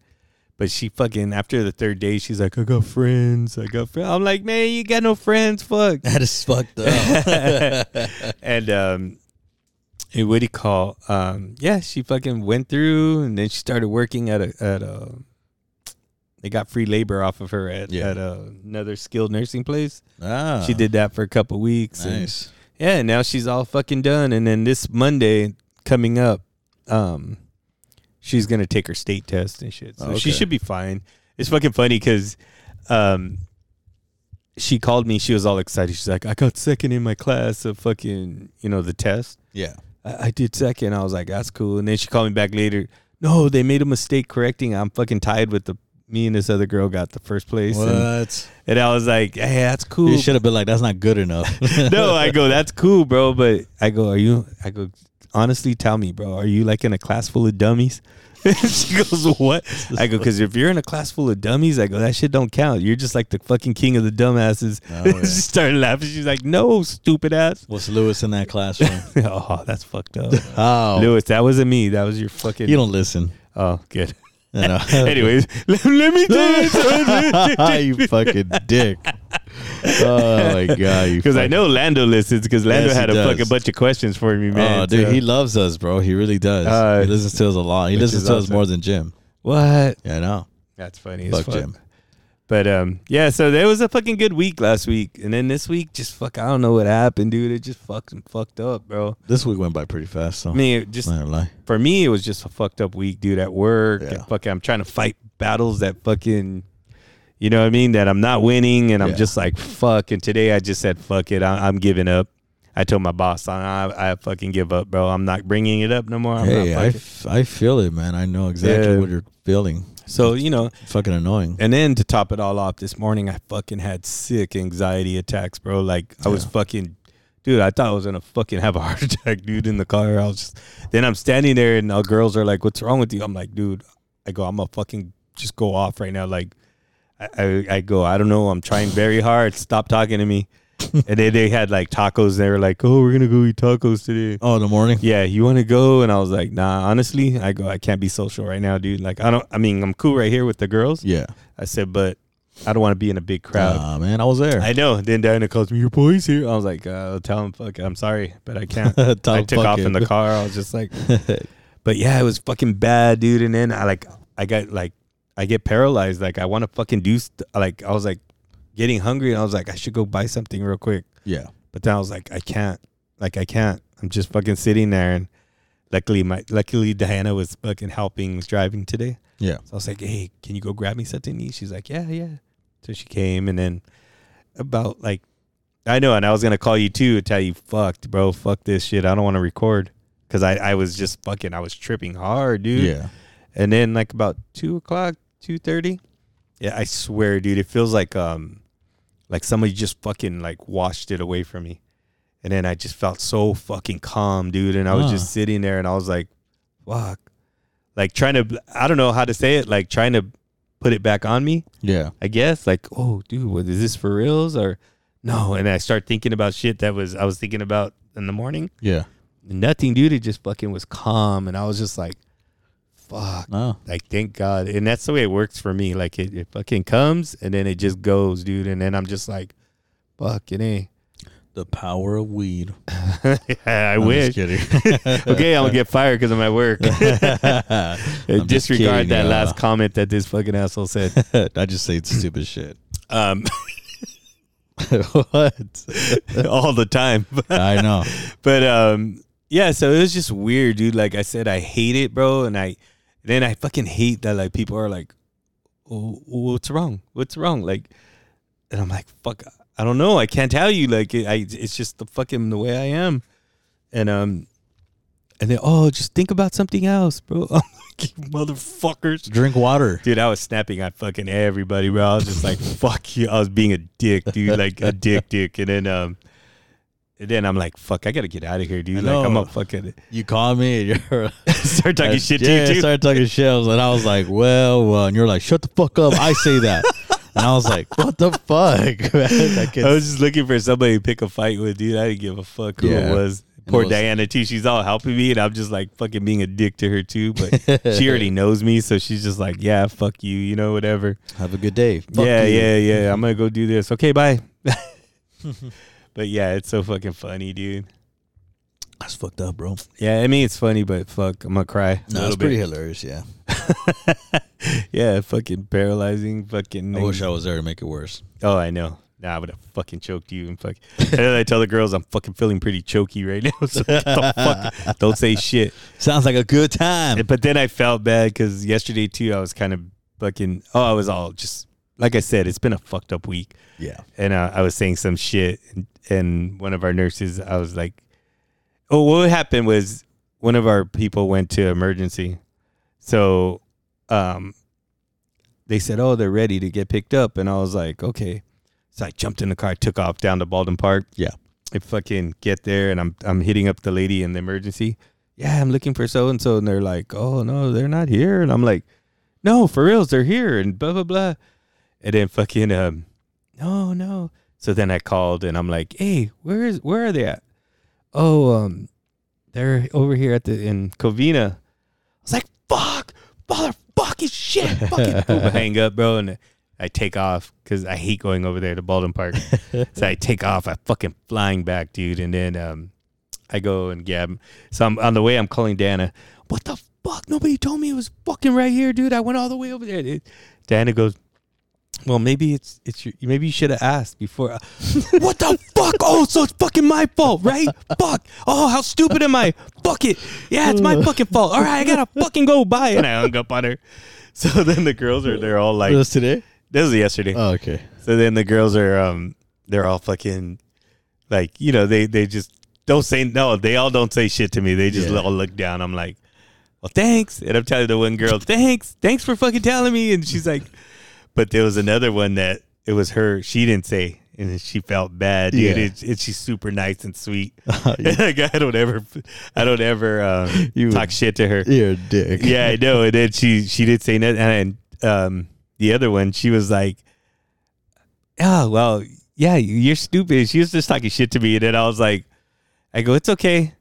Speaker 4: But she fucking after the third day, she's like, I got friends, I got friends. I'm like, man, you got no friends, fuck.
Speaker 3: That is fucked up.
Speaker 4: and um, hey, what do you call? Um, yeah, she fucking went through, and then she started working at a at a. They got free labor off of her at
Speaker 3: Yeah.
Speaker 4: at a, another skilled nursing place.
Speaker 3: ah,
Speaker 4: She did that for a couple weeks. and-
Speaker 3: nice.
Speaker 4: yeah, and now she's all fucking done. And then this Monday coming up, um, she's gonna take her state test and shit. So
Speaker 3: Oh,
Speaker 4: she
Speaker 3: okay.
Speaker 4: should be fine. It's fucking funny because, um, she called me. She was all excited. She's like, "I got second in my class of fucking you know the test.
Speaker 3: Yeah.
Speaker 4: I, I did second. I was like, that's cool." And then she called me back later. No, they made a mistake correcting. I'm fucking tied with the me and this other girl got the first place. And,
Speaker 3: What?
Speaker 4: and I was like, "Hey, that's cool."
Speaker 3: You should have been like, that's not good enough.
Speaker 4: no, I go, that's cool, bro. But I go, are you? I go, honestly, tell me, bro, are you like in a class full of dummies? she goes, what? I go, because if you're in a class full of dummies, I go, that shit don't count. You're just like the fucking king of the dumbasses.
Speaker 3: Oh, yeah.
Speaker 4: she started laughing. She's like, no, stupid ass.
Speaker 3: What's Lewis in that classroom?
Speaker 4: oh, that's fucked up.
Speaker 3: Oh,
Speaker 4: Lewis, that wasn't me. That was your fucking.
Speaker 3: you don't listen.
Speaker 4: oh, good.
Speaker 3: You know.
Speaker 4: Anyways, let, let me do
Speaker 3: you fucking dick. Oh my god, you
Speaker 4: Because I
Speaker 3: fucking-
Speaker 4: know Lando listens. Because Lando
Speaker 3: Yes, he
Speaker 4: had a
Speaker 3: does.
Speaker 4: fucking bunch of questions for me, man.
Speaker 3: oh, dude,
Speaker 4: so-
Speaker 3: he loves us, bro. He really does.
Speaker 4: Uh,
Speaker 3: he listens to us a lot. He
Speaker 4: which
Speaker 3: listens
Speaker 4: is
Speaker 3: to us
Speaker 4: awesome.
Speaker 3: more than Jim.
Speaker 4: what?
Speaker 3: Yeah, I know.
Speaker 4: That's funny. as
Speaker 3: Fuck
Speaker 4: fuck.
Speaker 3: Jim.
Speaker 4: But um, yeah. So there was a fucking good week last week, and then this week, just fuck. I don't know what happened, dude. It just fucking fucked up, bro.
Speaker 3: This week went by pretty fast, so
Speaker 4: I mean, it just
Speaker 3: not gonna lie.
Speaker 4: for me, it was just a fucked up week, dude. At work,
Speaker 3: Yeah.
Speaker 4: and fucking, I'm trying to fight battles that fucking, you know what I mean? That I'm not winning, and I'm
Speaker 3: Yeah.
Speaker 4: just like fuck. And today, I just said fuck it. I, I'm giving up. I told my boss, I, I, I fucking give up, bro. I'm not bringing it up no more. I'm
Speaker 3: hey,
Speaker 4: not
Speaker 3: I,
Speaker 4: fucking.
Speaker 3: f- I feel it, man. I know exactly
Speaker 4: Yeah.
Speaker 3: what you're feeling.
Speaker 4: so you know,
Speaker 3: Fucking annoying.
Speaker 4: And then to top it all off, this morning I fucking had sick anxiety attacks, bro. Like I was
Speaker 3: Yeah.
Speaker 4: fucking, dude. I thought I was gonna fucking have a heart attack, dude, in the car. I was just. Then I'm standing there, and the girls are like, "What's wrong with you?" I'm like, "Dude, I go, I'm gonna fucking just go off right now." Like, I, I, I go, I don't know. I'm trying very hard. Stop talking to me. and then they had like tacos. They were like, "Oh, we're gonna go eat tacos today."
Speaker 3: Oh, in the morning.
Speaker 4: yeah, you want to go? And I was like, nah, honestly, I go, I can't be social right now, dude. Like, I don't, I mean, I'm cool right here with the girls.
Speaker 3: Yeah.
Speaker 4: I said, but I don't want to be in a big crowd.
Speaker 3: Nah, man, I was there.
Speaker 4: I know. Then Diana calls me, your boy's here. I was like, uh, tell him, fuck, it. I'm sorry, but I can't.
Speaker 3: Tell
Speaker 4: I
Speaker 3: him,
Speaker 4: took
Speaker 3: fuck
Speaker 4: off
Speaker 3: it.
Speaker 4: in the car. I was just like, but yeah, it was fucking bad, dude. And then I like, I got like, I get paralyzed. Like, I want to fucking do, st- like, I was like getting hungry and I was like, I should go buy something real quick.
Speaker 3: yeah.
Speaker 4: But then I was like, I can't. Like I can't. I'm just fucking sitting there. And luckily, my luckily Diana was fucking helping was driving today.
Speaker 3: Yeah.
Speaker 4: So I was like, Hey, can you go grab me something? to eat? She's like, Yeah, yeah. So she came, and then about like, I know, and I was gonna call you too to tell you, fucked, bro, fuck this shit. I don't want to record because I I was just fucking, I was tripping hard, dude.
Speaker 3: Yeah.
Speaker 4: And then like about two o'clock, two thirty. Yeah, I swear, dude, it feels like um like somebody just fucking like washed it away from me. And then I just felt so fucking calm, dude. And I was
Speaker 3: Huh.
Speaker 4: just sitting there and I was like, fuck. Like trying to I don't know how to say it, like trying to put it back on me,
Speaker 3: Yeah.
Speaker 4: I guess. Like, oh dude, what is this for reals? Or no. And I start thinking about shit that was I was thinking about in the morning.
Speaker 3: Yeah.
Speaker 4: Nothing, dude. It just fucking was calm. And I was just like, fuck
Speaker 3: No.
Speaker 4: like thank god and that's the way it works for me like it, it fucking comes and then it just goes dude and then i'm just like fucking a
Speaker 3: The power of weed.
Speaker 4: i
Speaker 3: I'm
Speaker 4: wish
Speaker 3: just kidding.
Speaker 4: okay i'm gonna get fired because i'm at work
Speaker 3: I'm just kidding,
Speaker 4: disregard that
Speaker 3: uh,
Speaker 4: last comment that this fucking asshole said
Speaker 3: I just say stupid shit.
Speaker 4: um
Speaker 3: what?
Speaker 4: all the time
Speaker 3: I know.
Speaker 4: but um yeah so it was just weird dude like i said i hate it bro and i then i fucking hate that like people are like oh, what's wrong what's wrong like and i'm like fuck i don't know i can't tell you like it, i it's just the fucking the way i am and um and then oh just think about something else bro i'm like you motherfuckers
Speaker 3: Drink water.
Speaker 4: Dude, I was snapping at fucking everybody, bro. I was just like, fuck you. I was being a dick, dude. Like a dick, dick. And then um and then I'm like, fuck, I gotta get out of here, dude. Like I'm
Speaker 3: know.
Speaker 4: a fucking
Speaker 3: You call me and you're
Speaker 4: start talking shit
Speaker 3: yeah,
Speaker 4: to
Speaker 3: I
Speaker 4: you too.
Speaker 3: started talking shit. I was like- I was like, well, well, and you're like, shut the fuck up. I say that. and I was like, what the fuck, man? I
Speaker 4: I was just looking for somebody to pick a fight with, dude. I didn't give a fuck who
Speaker 3: Yeah.
Speaker 4: it was. Poor
Speaker 3: those-
Speaker 4: Diana too. She's all helping me, and I'm just like fucking being a dick to her too. But she already knows me, so she's just like, "Yeah, fuck you," you know, whatever.
Speaker 3: Have a good day. Fuck
Speaker 4: Oh, yeah,
Speaker 3: you. Mm-hmm.
Speaker 4: yeah, yeah. I'm gonna go do this. Okay, bye. but yeah, it's so fucking funny, dude.
Speaker 3: That's fucked up, bro.
Speaker 4: Yeah, I mean it's funny, but fuck, I'm gonna cry. a
Speaker 3: No,
Speaker 4: little
Speaker 3: it's pretty
Speaker 4: bit.
Speaker 3: hilarious. Yeah,
Speaker 4: Yeah, fucking paralyzing, fucking.
Speaker 3: I wish I was there to make it worse.
Speaker 4: oh, I know. Nah, I would have fucking choked you and fuck. and then I tell the girls I'm fucking feeling pretty choky right now. So get the fuck, don't say shit.
Speaker 3: Sounds like a good time.
Speaker 4: But then I felt bad because yesterday too, I was kind of fucking. Oh, I was all just like I said, it's been a fucked up week.
Speaker 3: Yeah,
Speaker 4: and uh, I was saying some shit, and, and one of our nurses, I was like, "Oh, what happened was one of our people went to emergency, so um, they said, oh, they're ready to get picked up,' and I was like, okay, so I jumped in the car, took off down to Baldwin Park,
Speaker 3: yeah.
Speaker 4: I fucking get there and I'm I'm hitting up the lady in the emergency. Yeah, I'm looking for so and so, and they're like, oh no, they're not here, and I'm like, no, for reals, they're here, and blah blah blah, and then fucking um, no no. So then I called and I'm like, hey, where is where are they at? Oh um, they're over here at the in Covina. I was like, fuck, motherfucking shit, fucking boom, I hang up, bro, and I take off because I hate going over there to Baldwin Park. so I take off. I fucking flying back, dude. And then um, I go and grab him. So I'm on the way. I'm calling Dana. What the fuck? Nobody told me it was fucking right here, dude. I went all the way over there. dude." Dana goes. Well, maybe it's it's your, maybe you should have asked before. I-" what the fuck? Oh, so it's fucking my fault, right? Fuck. Oh, how stupid am I? Fuck it. Yeah, it's my fucking fault. All right, I gotta fucking go. Bye. And I hung up on her. So then the girls are they're all like,
Speaker 3: was today.
Speaker 4: this was yesterday.
Speaker 3: Oh, okay.
Speaker 4: So then the girls are um they're all fucking like you know they they just don't say no they all don't say shit to me they just
Speaker 3: Yeah.
Speaker 4: all look down I'm like well thanks and I'm telling the one girl thanks thanks for fucking telling me and she's like but there was another one that it was her she didn't say and then she felt bad dude
Speaker 3: Yeah.
Speaker 4: and, and she's super nice and sweet like I don't ever I don't ever um,
Speaker 3: You-
Speaker 4: talk shit to her
Speaker 3: You're a dick.
Speaker 4: yeah, I know. And then she she did say nothing. And um, the other one, she was like, "Oh well, yeah, you're stupid." She was just talking shit to me, and then I was like, "I go, it's okay."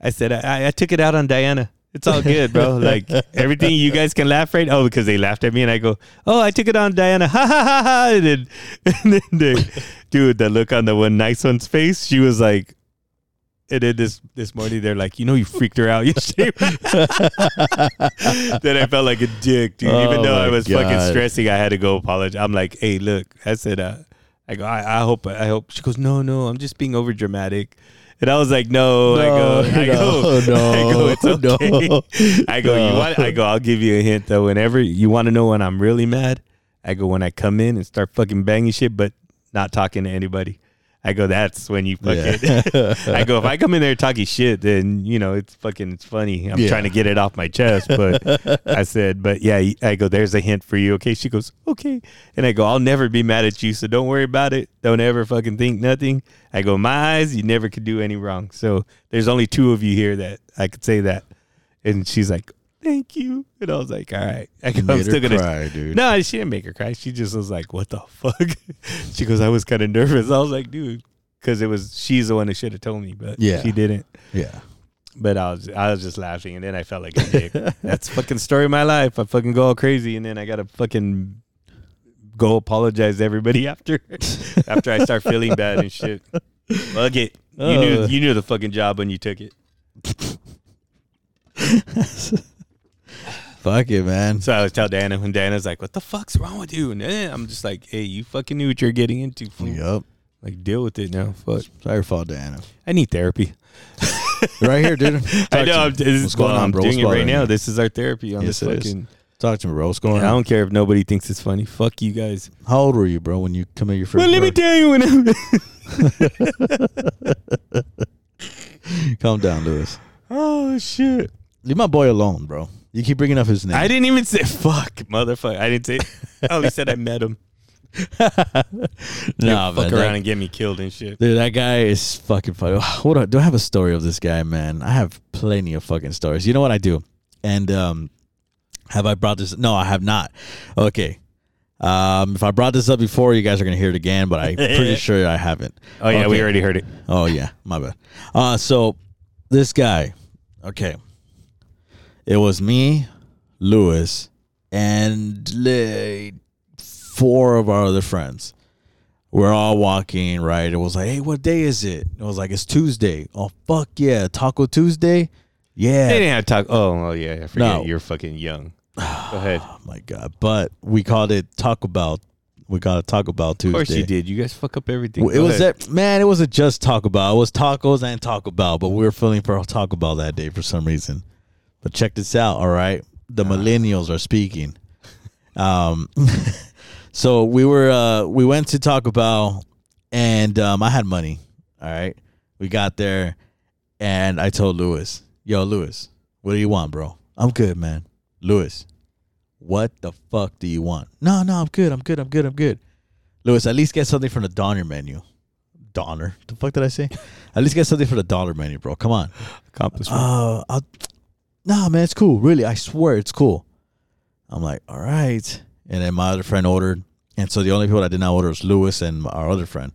Speaker 4: I said, "I, I took it out on Diana. It's all good, bro. Like everything you guys can laugh right. Oh, because they laughed at me, and I go, "Oh, I took it on Diana." Ha ha ha ha! And then, and then they, dude, the look on the one nice one's face, she was like. And then this this morning they're like, you know, you freaked her out yesterday. then I felt like a dick, dude.
Speaker 3: Oh
Speaker 4: Even though I
Speaker 3: my
Speaker 4: was fucking
Speaker 3: God.
Speaker 4: stressing, I had to go apologize. I'm like, hey, look, I said, uh, I go, I, I hope, I hope. She goes, no, no, I'm just being over dramatic. And I was like, no, I go, I
Speaker 3: No,
Speaker 4: go,
Speaker 3: no,
Speaker 4: I go, it's
Speaker 3: no,
Speaker 4: okay. I go,
Speaker 3: no.
Speaker 4: you want, I go, I'll give you a hint though. Whenever you want to know when I'm really mad, I go, when I come in and start fucking banging shit, but not talking to anybody. I go, that's when you fucking, I go, if I come in there talking shit, then, you know, it's fucking, it's funny. I'm
Speaker 3: Yeah.
Speaker 4: trying to get it off my chest. But I said, but yeah, I go, there's a hint for you. Okay. She goes, okay. And I go, I'll never be mad at you. So don't worry about it. Don't ever fucking think nothing. I go, my eyes, you never could do any wrong. So there's only two of you here that I could say that. And she's like, thank you. And I was like, all right. I go, I'm
Speaker 3: Made her
Speaker 4: still going to
Speaker 3: cry, dude.
Speaker 4: No, she didn't make her cry. She just was like, what the fuck? she goes, I was kind of nervous. I was like, dude. Because it was she's the one who should have told me, but
Speaker 3: Yeah.
Speaker 4: she didn't.
Speaker 3: Yeah.
Speaker 4: But I was I was just laughing, and then I felt like a dick. That's fucking story of my life. I fucking go all crazy, and then I gotta fucking go apologize to everybody after after I start feeling bad and shit. Fuck it. You knew
Speaker 3: Oh.
Speaker 4: you knew the fucking job when you took it.
Speaker 3: Fuck it, man.
Speaker 4: So I always tell Dana when Dana's like, "What the fuck's wrong with you?" And then I'm just like, "Hey, you fucking knew what you're getting into. fool.
Speaker 3: Yup.
Speaker 4: Like, deal with it now. Fuck.
Speaker 3: Sorry, fall, Diana.
Speaker 4: I need therapy.
Speaker 3: Right here, dude.
Speaker 4: I know. I'm, this is
Speaker 3: What's going
Speaker 4: going
Speaker 3: on,
Speaker 4: I'm
Speaker 3: bro?
Speaker 4: doing
Speaker 3: What's
Speaker 4: it right
Speaker 3: bothering
Speaker 4: now.
Speaker 3: you?
Speaker 4: This is our therapy on
Speaker 3: Yes,
Speaker 4: this
Speaker 3: it is.
Speaker 4: fucking."
Speaker 3: Talk to me, bro. What's going
Speaker 4: I
Speaker 3: on?
Speaker 4: don't care if nobody thinks it's funny. Fuck you guys.
Speaker 3: How old were you, bro, when you committed your first?
Speaker 4: Well, let me
Speaker 3: murder?
Speaker 4: tell you when I'm.
Speaker 3: Calm down, Lewis.
Speaker 4: oh shit!
Speaker 3: Leave my boy alone, bro. You keep bringing up his name.
Speaker 4: I didn't even say fuck, motherfucker. I didn't say. I only said I met him.
Speaker 3: nah,
Speaker 4: fuck
Speaker 3: man,
Speaker 4: around
Speaker 3: that-
Speaker 4: and get me killed and shit.
Speaker 3: Dude, that guy is fucking funny. What do I, do I have a story of this guy, man? I have plenty of fucking stories. You know what I do? And um, have I brought this? No, I have not. Okay. Um, if I brought this up before, you guys are gonna hear it again, but I'm pretty sure I haven't.
Speaker 4: Oh yeah, we
Speaker 3: Okay.
Speaker 4: already heard it.
Speaker 3: Oh yeah, my bad. Uh, so this guy. Okay. It was me, Lewis, and like four of our other friends. We're all walking, right? It was like, hey, what day is it? It was like, it's Tuesday. Oh, fuck yeah. Taco Tuesday? Yeah.
Speaker 4: They didn't have taco. Oh, well, yeah. I forget.
Speaker 3: No.
Speaker 4: You're fucking young. Go ahead.
Speaker 3: Oh my god! But we called it Taco Bell. We got it Taco Bell Tuesday.
Speaker 4: Of course you did. You guys fuck up everything.
Speaker 3: Well, It
Speaker 4: Go
Speaker 3: was
Speaker 4: ahead.
Speaker 3: that man. It wasn't just Taco Bell. It was tacos and Taco Bell. But we were feeling for Taco Bell that day for some reason. But check this out. All right, the millennials are speaking. Um, so we were uh we went to Taco Bell, and um I had money. All right, we got there, and I told Lewis, "Yo, Lewis, what do you want, bro? I'm good, man. Lewis, what the fuck do you want? No, no, I'm good. I'm good. I'm good. I'm good. Lewis, at least get something from the Donner menu. Donner? The fuck did I say? at least get something from the dollar menu, bro. Come on.
Speaker 4: accomplishment.
Speaker 3: Uh, I'll, nah, man, it's cool. Really, I swear it's cool. I'm like, all right. And then my other friend ordered, and so the only people that did not order was Lewis and our other friend.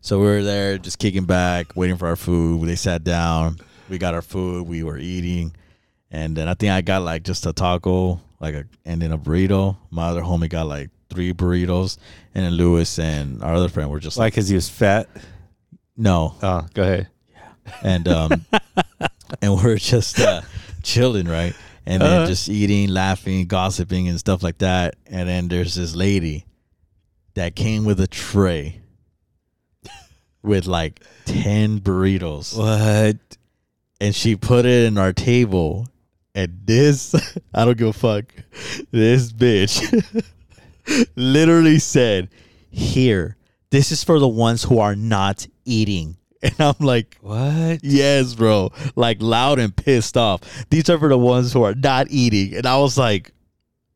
Speaker 3: So we were there, just kicking back, waiting for our food. They sat down, we got our food, we were eating, and then I think I got like just a taco, like a, and then a burrito. My other homie got like three burritos, and then Lewis and our other friend were just like,
Speaker 4: Why? Because he was fat.
Speaker 3: no,
Speaker 4: Oh, go ahead.
Speaker 3: and um and we're just uh, chilling right and then
Speaker 4: Uh-huh.
Speaker 3: just eating laughing gossiping and stuff like that and then there's this lady that came with a tray with like 10 burritos
Speaker 4: What?
Speaker 3: and she put it in our table and this i don't give a fuck this bitch literally said here this is for the ones who are not eating and i'm like
Speaker 4: What?
Speaker 3: Yes, bro. Like loud and pissed off. These are for the ones who are not eating. And I was like,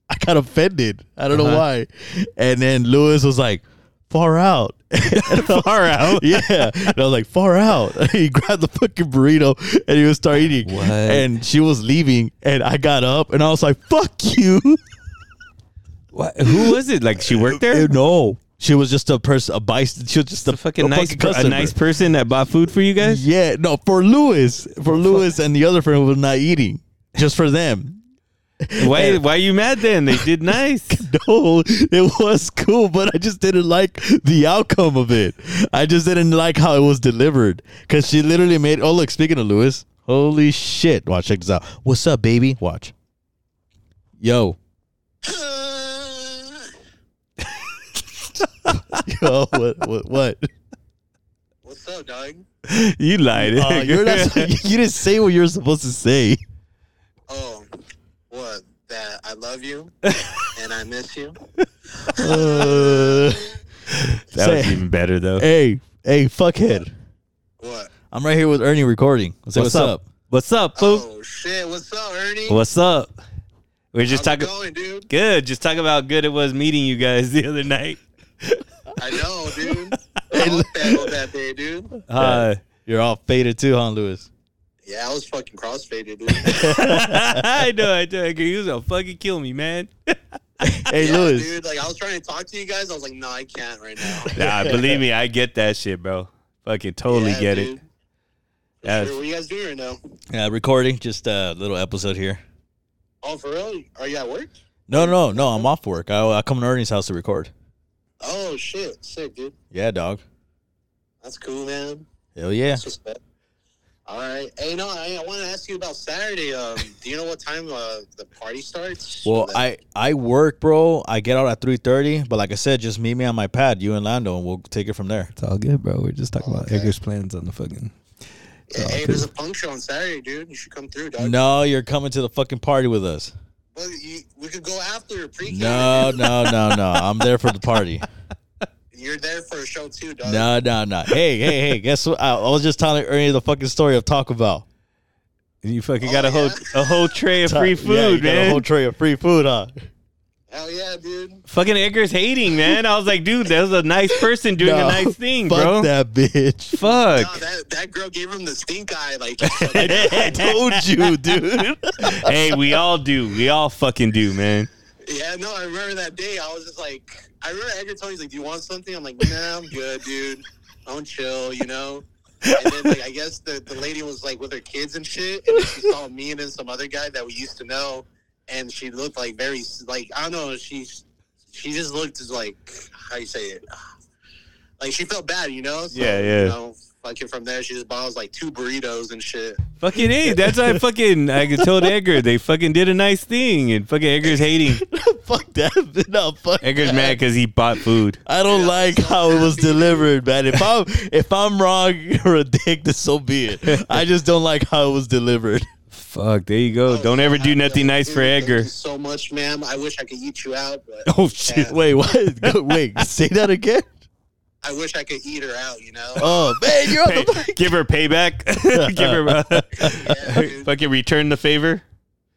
Speaker 3: I got offended. I don't know
Speaker 4: Uh-huh.
Speaker 3: why. And then Lewis was like, far out. far out? yeah. And I was like, far out. he grabbed the fucking burrito and he was start eating.
Speaker 4: What?
Speaker 3: And she was leaving. And I got up and I was like, fuck you.
Speaker 4: What? Who was it? Like she worked there?
Speaker 3: no. She was just a person, a bystander. She was just a,
Speaker 4: a fucking nice, per- a
Speaker 3: customer.
Speaker 4: nice person that bought food for you guys.
Speaker 3: Yeah, no, for Lewis, for Lewis and the other friend who was not eating, just for them.
Speaker 4: Why? Why you mad then? They did nice.
Speaker 3: No, it was cool, but I just didn't like the outcome of it. I just didn't like how it was delivered because she literally made. Oh, look, speaking of Lewis, holy shit! Watch, check this out. What's up, baby? Watch. Yo. Yo, what? What? what?
Speaker 5: What's up, dog?
Speaker 4: you lied.
Speaker 3: Uh, you're not, you didn't say what you were supposed to say.
Speaker 5: Oh, what? That I love you and I miss you.
Speaker 3: Uh,
Speaker 4: that was
Speaker 3: Say-
Speaker 4: even better though.
Speaker 3: Hey, hey, fuckhead.
Speaker 5: What?
Speaker 3: I'm right here with Ernie recording. Say what's, up?
Speaker 4: What's up, fool?
Speaker 5: Oh shit! What's up, Ernie?
Speaker 4: What's up? We're just
Speaker 5: How's it
Speaker 4: talking.
Speaker 5: going, dude?
Speaker 4: Good. Just talk about good it was meeting you guys the other night.
Speaker 5: I know, dude. I was that, old that day, dude.
Speaker 4: Uh,
Speaker 3: You're all faded too, huh, Lewis?
Speaker 5: Yeah, I was fucking crossfaded, dude.
Speaker 4: I know. I know. He was gonna fucking kill me, man.
Speaker 3: Hey,
Speaker 5: yeah,
Speaker 3: Lewis.
Speaker 5: dude. Like I was trying to talk to you guys. I was like, no, I can't right now.
Speaker 4: Nah, believe me, I get that shit, bro. Fucking totally
Speaker 5: Yeah,
Speaker 4: get
Speaker 5: dude.
Speaker 4: it.
Speaker 5: For
Speaker 4: Yeah.
Speaker 5: Sure. What you guys doing right now?
Speaker 3: Uh, recording, just a little episode here.
Speaker 5: Oh, for real? Are you at work?
Speaker 3: No, no, no. I'm off work. I, I come to Ernie's house to record.
Speaker 5: Oh shit! Sick, dude.
Speaker 3: Yeah, dog.
Speaker 5: That's cool, man.
Speaker 3: Hell yeah.
Speaker 5: That's what's up. All right. Hey, no, I, I want to ask you about Saturday. Um, do you know what time uh, the party starts?
Speaker 3: Well,
Speaker 5: That-
Speaker 3: I I work, bro. I get out at 3:30, but like I said, just meet me on my pad, you and Lando, and we'll take it from there.
Speaker 6: It's all good, bro. We're just talking about
Speaker 5: Okay.
Speaker 6: Edgar's plans on the fucking.
Speaker 5: Hey, hey, there's a punk show on Saturday, dude. You should come through, dog.
Speaker 3: No, you're coming to the fucking party with us.
Speaker 5: But you, we could go after pre
Speaker 3: No, no, no, no. I'm there for the party.
Speaker 5: You're there for a show too, dog.
Speaker 3: No, no, no. Hey, hey, hey. Guess what? I, I was just telling Ernie the fucking story of Taco Bell.
Speaker 4: And you fucking
Speaker 5: Oh,
Speaker 4: got a whole
Speaker 5: yeah.
Speaker 4: a whole tray of free
Speaker 3: Yeah, you
Speaker 4: food,
Speaker 3: got
Speaker 4: man.
Speaker 3: A whole tray of free food, huh?
Speaker 5: Hell yeah, dude.
Speaker 4: fucking Edgar's hating, man. I was like, dude, that was a nice person doing
Speaker 3: No,
Speaker 4: a nice thing,
Speaker 3: Fuck
Speaker 4: bro.
Speaker 3: that bitch.
Speaker 4: Fuck.
Speaker 5: No, that, that girl gave him the stink eye. Like,
Speaker 3: I told you, dude.
Speaker 4: hey, we all do. We all fucking do, man.
Speaker 5: yeah, no, I remember that day. I was just like, I remember Edgar told me, he's like, do you want something? I'm like, nah, I'm good, dude. I'm chill, you know? And then, like, I guess the, the lady was like with her kids and shit, and then she saw me and then some other guy that we used to know, and she looked like very like I don't know. She she just looked like how you say it, like she felt bad, you know? So,
Speaker 4: Yeah, yeah.
Speaker 5: You know, fucking from there, she just bought us like two burritos and shit.
Speaker 4: Fucking it. That's why I fucking I told Edgar they fucking did a nice thing, and fucking Edgar's hating.
Speaker 3: fuck that. No, fuck.
Speaker 4: Edgar's mad because he bought food.
Speaker 3: I don't like how it was delivered, man. If I'm if I'm wrong or a dick, then so be it. I just don't like how it was delivered.
Speaker 4: Fuck, there you go. Oh, Don't
Speaker 5: so
Speaker 4: ever do
Speaker 5: happy.
Speaker 4: nothing nice
Speaker 5: Dude,
Speaker 4: for
Speaker 5: thank
Speaker 4: Edgar.
Speaker 5: you so much, ma'am. I wish I could eat you out, but
Speaker 4: Oh shit.
Speaker 3: Wait, what? Go- Wait, say that again.
Speaker 5: I wish I could eat her out, you know?
Speaker 3: Oh man, you're on
Speaker 4: Pay-
Speaker 3: the mic.
Speaker 4: give her payback. give her uh,
Speaker 5: Yeah, dude.
Speaker 4: fucking return the favor.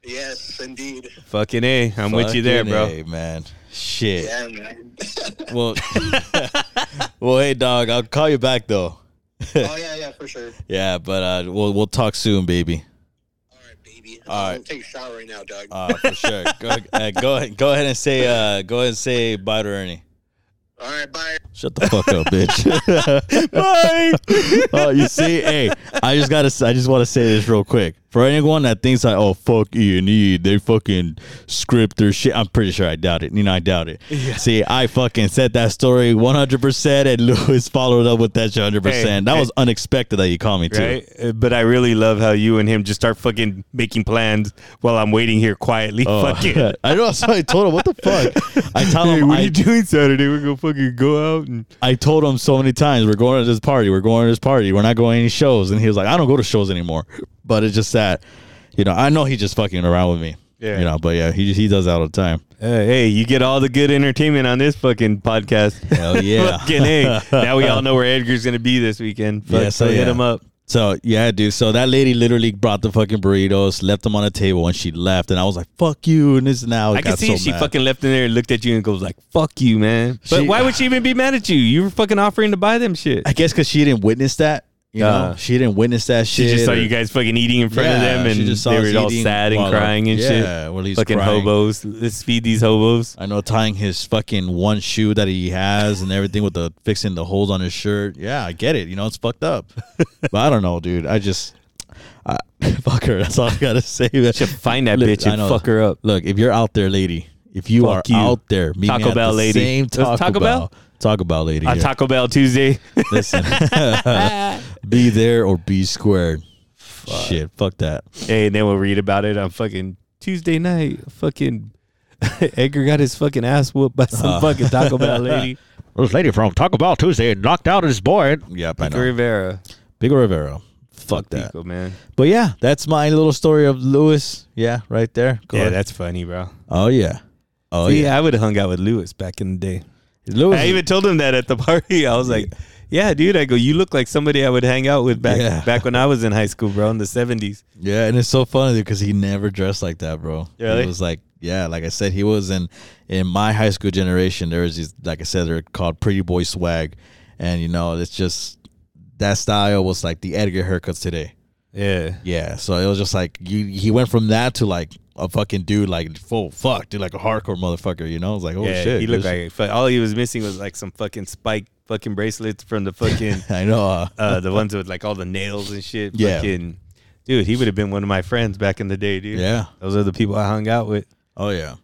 Speaker 5: yes, indeed.
Speaker 4: Fucking a, I'm with you there,
Speaker 3: Fucking
Speaker 4: bro.
Speaker 3: A, man. Shit.
Speaker 5: Yeah, man.
Speaker 3: Well, well, hey, dog. I'll call you back though.
Speaker 5: oh, yeah, yeah, for sure.
Speaker 3: Yeah, but uh, we'll we'll talk soon, baby.
Speaker 5: All right, baby. I'm
Speaker 3: All right.
Speaker 5: gonna take a shower right now, Doug.
Speaker 3: Uh, for sure. Go, uh, go ahead. Go ahead and say. Uh, go ahead and say bye to Ernie.
Speaker 5: All right, bye.
Speaker 3: Shut the fuck up, bitch. Bye. Oh, you see, hey, I just gotta, s- I just want to say this real quick for anyone that thinks like, oh fuck E and E, they fucking script their shit. I'm pretty sure I doubt it. You know, I doubt it. See, I fucking said that story 100, percent and Lewis followed up with that 100. percent
Speaker 4: Hey,
Speaker 3: That
Speaker 4: hey.
Speaker 3: was unexpected that you called me too.
Speaker 4: Right, Uh, but I really love how you and him just start fucking making plans while I'm waiting here quietly.
Speaker 3: Oh,
Speaker 4: Fuck it.
Speaker 3: I know. So I told him, what the fuck? I tell him,
Speaker 4: what
Speaker 3: I,
Speaker 4: are you doing Saturday? We're gonna fucking go out and
Speaker 3: I told him so many times, we're going to this party, we're going to this party, we're not going to any shows. And he was like, I don't go to shows anymore. But it's just that, you know, I know he's just fucking around with me.
Speaker 4: Yeah.
Speaker 3: You know, but yeah, he he does that all the time.
Speaker 4: Uh, hey, you get all the good entertainment on this fucking podcast.
Speaker 3: Hell yeah.
Speaker 4: fucking hey. Now we all know where Edgar's gonna be this weekend. Fuck,
Speaker 3: Yeah, so
Speaker 4: so hit
Speaker 3: oh yeah.
Speaker 4: him up.
Speaker 3: So yeah, dude. So that lady literally brought the fucking burritos, left them on the table, and she left. And I was like, "Fuck you!" And this and that.
Speaker 4: I can
Speaker 3: got
Speaker 4: see
Speaker 3: so
Speaker 4: she
Speaker 3: mad.
Speaker 4: fucking left in there and looked at you and goes like, "Fuck you, man." But
Speaker 3: She-
Speaker 4: why would she even be mad at you? You were fucking offering to buy them shit.
Speaker 3: I guess because she didn't witness that. You
Speaker 4: Uh,
Speaker 3: know, she didn't witness that
Speaker 4: She
Speaker 3: shit.
Speaker 4: just saw
Speaker 3: or-
Speaker 4: you guys fucking eating in front
Speaker 3: Yeah,
Speaker 4: of them,
Speaker 3: she
Speaker 4: and
Speaker 3: just saw
Speaker 4: they
Speaker 3: us
Speaker 4: were all
Speaker 3: eating
Speaker 4: sad
Speaker 3: while,
Speaker 4: and
Speaker 3: like,
Speaker 4: crying and shit.
Speaker 3: yeah, well, he's
Speaker 4: Fucking
Speaker 3: crying.
Speaker 4: hobos. Let's feed these hobos.
Speaker 3: I know tying his fucking one shoe that he has and everything with the fixing the holes on his shirt. Yeah, I get it. You know, it's fucked up. but I don't know, dude. I just I, fuck her. That's all I gotta say. man.
Speaker 4: Should find that
Speaker 3: Look,
Speaker 4: bitch
Speaker 3: I
Speaker 4: and
Speaker 3: know.
Speaker 4: fuck her up.
Speaker 3: Look, if you're out there, lady, if you
Speaker 4: Fuck
Speaker 3: are
Speaker 4: you.
Speaker 3: out there, meet
Speaker 4: Taco
Speaker 3: me at
Speaker 4: Bell
Speaker 3: the
Speaker 4: lady.
Speaker 3: same
Speaker 4: Let's
Speaker 3: Taco,
Speaker 4: Taco Bell?
Speaker 3: Bell. Taco Bell lady.
Speaker 4: On
Speaker 3: here.
Speaker 4: Taco Bell Tuesday.
Speaker 3: Listen, be there or be squared. Shit, fuck that.
Speaker 4: Hey, and then we'll read about it on fucking Tuesday night. Fucking Edgar got his fucking ass whooped by
Speaker 3: Uh.
Speaker 4: some fucking Taco Bell lady.
Speaker 3: This lady from Taco Bell Tuesday knocked out his boy. Yep, I
Speaker 4: Pico
Speaker 3: know.
Speaker 4: Rivera.
Speaker 3: Pico Rivera. Fuck that.
Speaker 4: Pico, man.
Speaker 3: But yeah, that's my little story of Lewis. Yeah, right there. Go
Speaker 4: Yeah,
Speaker 3: ahead.
Speaker 4: that's funny, bro.
Speaker 3: oh yeah. Oh
Speaker 4: See, uh,
Speaker 3: yeah.
Speaker 4: I would have hung out with Lewis back in the day.
Speaker 3: Lewis.
Speaker 4: I even told him that at the party. I was like, "Yeah, dude." I go, "You look like somebody I would hang out with back
Speaker 3: Yeah.
Speaker 4: back when I was in high school, bro, in the '70s."
Speaker 3: yeah, and it's so funny because he never dressed like that, bro.
Speaker 4: Really?
Speaker 3: He was like, yeah, like I said, he was in in my high school generation. There was these, like I said, they're called pretty boy swag, and you know, it's just that style was like the Edgar haircuts today.
Speaker 4: Yeah,
Speaker 3: Yeah, so it was just like you. He went from that to like a fucking dude, like full fuck, dude, like a hardcore motherfucker. You know, it's like oh
Speaker 4: yeah.
Speaker 3: shit,
Speaker 4: he looked
Speaker 3: this-
Speaker 4: like fuck, all he was missing was like some fucking spike fucking bracelets from the fucking
Speaker 3: I know. Uh,
Speaker 4: uh, the ones with like all the nails and shit.
Speaker 3: Yeah.
Speaker 4: Fucking, dude, he would have been one of my friends back in the day, dude.
Speaker 3: yeah.
Speaker 4: those are the people I hung out with.
Speaker 3: Oh yeah.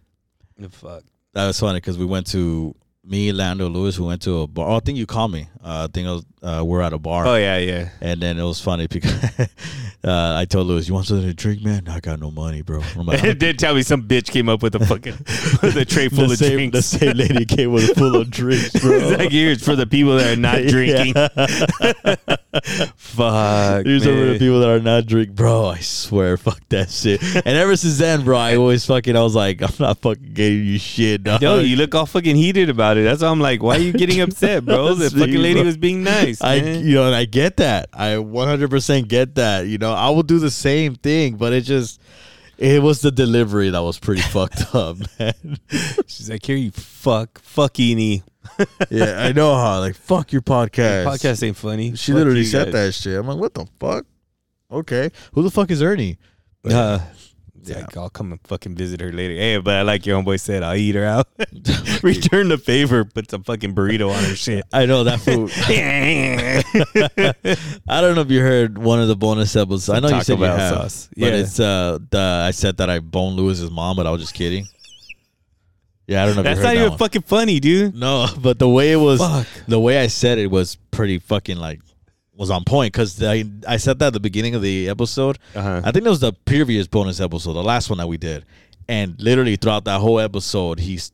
Speaker 4: Fuck.
Speaker 3: That was funny because we went to me, Lando, Lewis. We went to a bar. Oh, I think you called me. Uh, I think I was, uh, we're at a bar.
Speaker 4: Oh yeah, yeah.
Speaker 3: And then it was funny because uh, I told Lewis, "You want something to drink, man? I got no money, bro." I'm like,
Speaker 4: It did tell me some bitch came up with a fucking with a tray full
Speaker 3: Uh, the,
Speaker 4: of
Speaker 3: same, the
Speaker 4: drinks.
Speaker 3: same lady came with a full of drinks, bro.
Speaker 4: it's like here's for the people that are not
Speaker 3: Yeah.
Speaker 4: drinking. Fuck.
Speaker 3: Here's some of
Speaker 4: man.
Speaker 3: the people that are not drink, bro. I swear, fuck that shit. and ever since then, bro, I always fucking, I was like, I'm not fucking getting you shit, dog.
Speaker 4: Yo, you look all fucking heated about it. That's why I'm like, why are you getting upset, bro? The
Speaker 3: Honestly,
Speaker 4: fucking lady
Speaker 3: bro.
Speaker 4: was being nice.
Speaker 3: I,
Speaker 4: man.
Speaker 3: you know, and I get that. I 100% get that. You know, I will do the same thing, but it just, it was the delivery that was pretty fucked up, man.
Speaker 4: She's like, here you fuck, fuckini.
Speaker 3: yeah, I know how. Like, fuck your podcast.
Speaker 4: Podcast ain't funny.
Speaker 3: She
Speaker 4: Fuck
Speaker 3: literally
Speaker 4: you
Speaker 3: said
Speaker 4: guys.
Speaker 3: that shit. I'm like, what the fuck? Okay, who the fuck is Ernie?
Speaker 4: Uh, It's like, I'll come and fucking visit her later. Hey, but I like your homeboy said, I'll eat her out. Return the favor, put some fucking burrito on her shit.
Speaker 3: I know that food. I don't know if you heard one of the bonus episodes. I know you
Speaker 4: Taco
Speaker 3: said you
Speaker 4: Bell
Speaker 3: have,
Speaker 4: sauce.
Speaker 3: but
Speaker 4: Yeah.
Speaker 3: it's uh, the I said that I boned Lewis's mom, but I was just kidding. Yeah, I don't know. If
Speaker 4: That's
Speaker 3: you heard
Speaker 4: not
Speaker 3: that
Speaker 4: even
Speaker 3: one.
Speaker 4: fucking funny, dude.
Speaker 3: No, but the way it was,
Speaker 4: Fuck.
Speaker 3: the way I said it was pretty fucking like was on point because I I said that at the beginning of the episode.
Speaker 4: Uh-huh.
Speaker 3: I think that was the previous bonus episode, the last one that we did, and literally throughout that whole episode, he's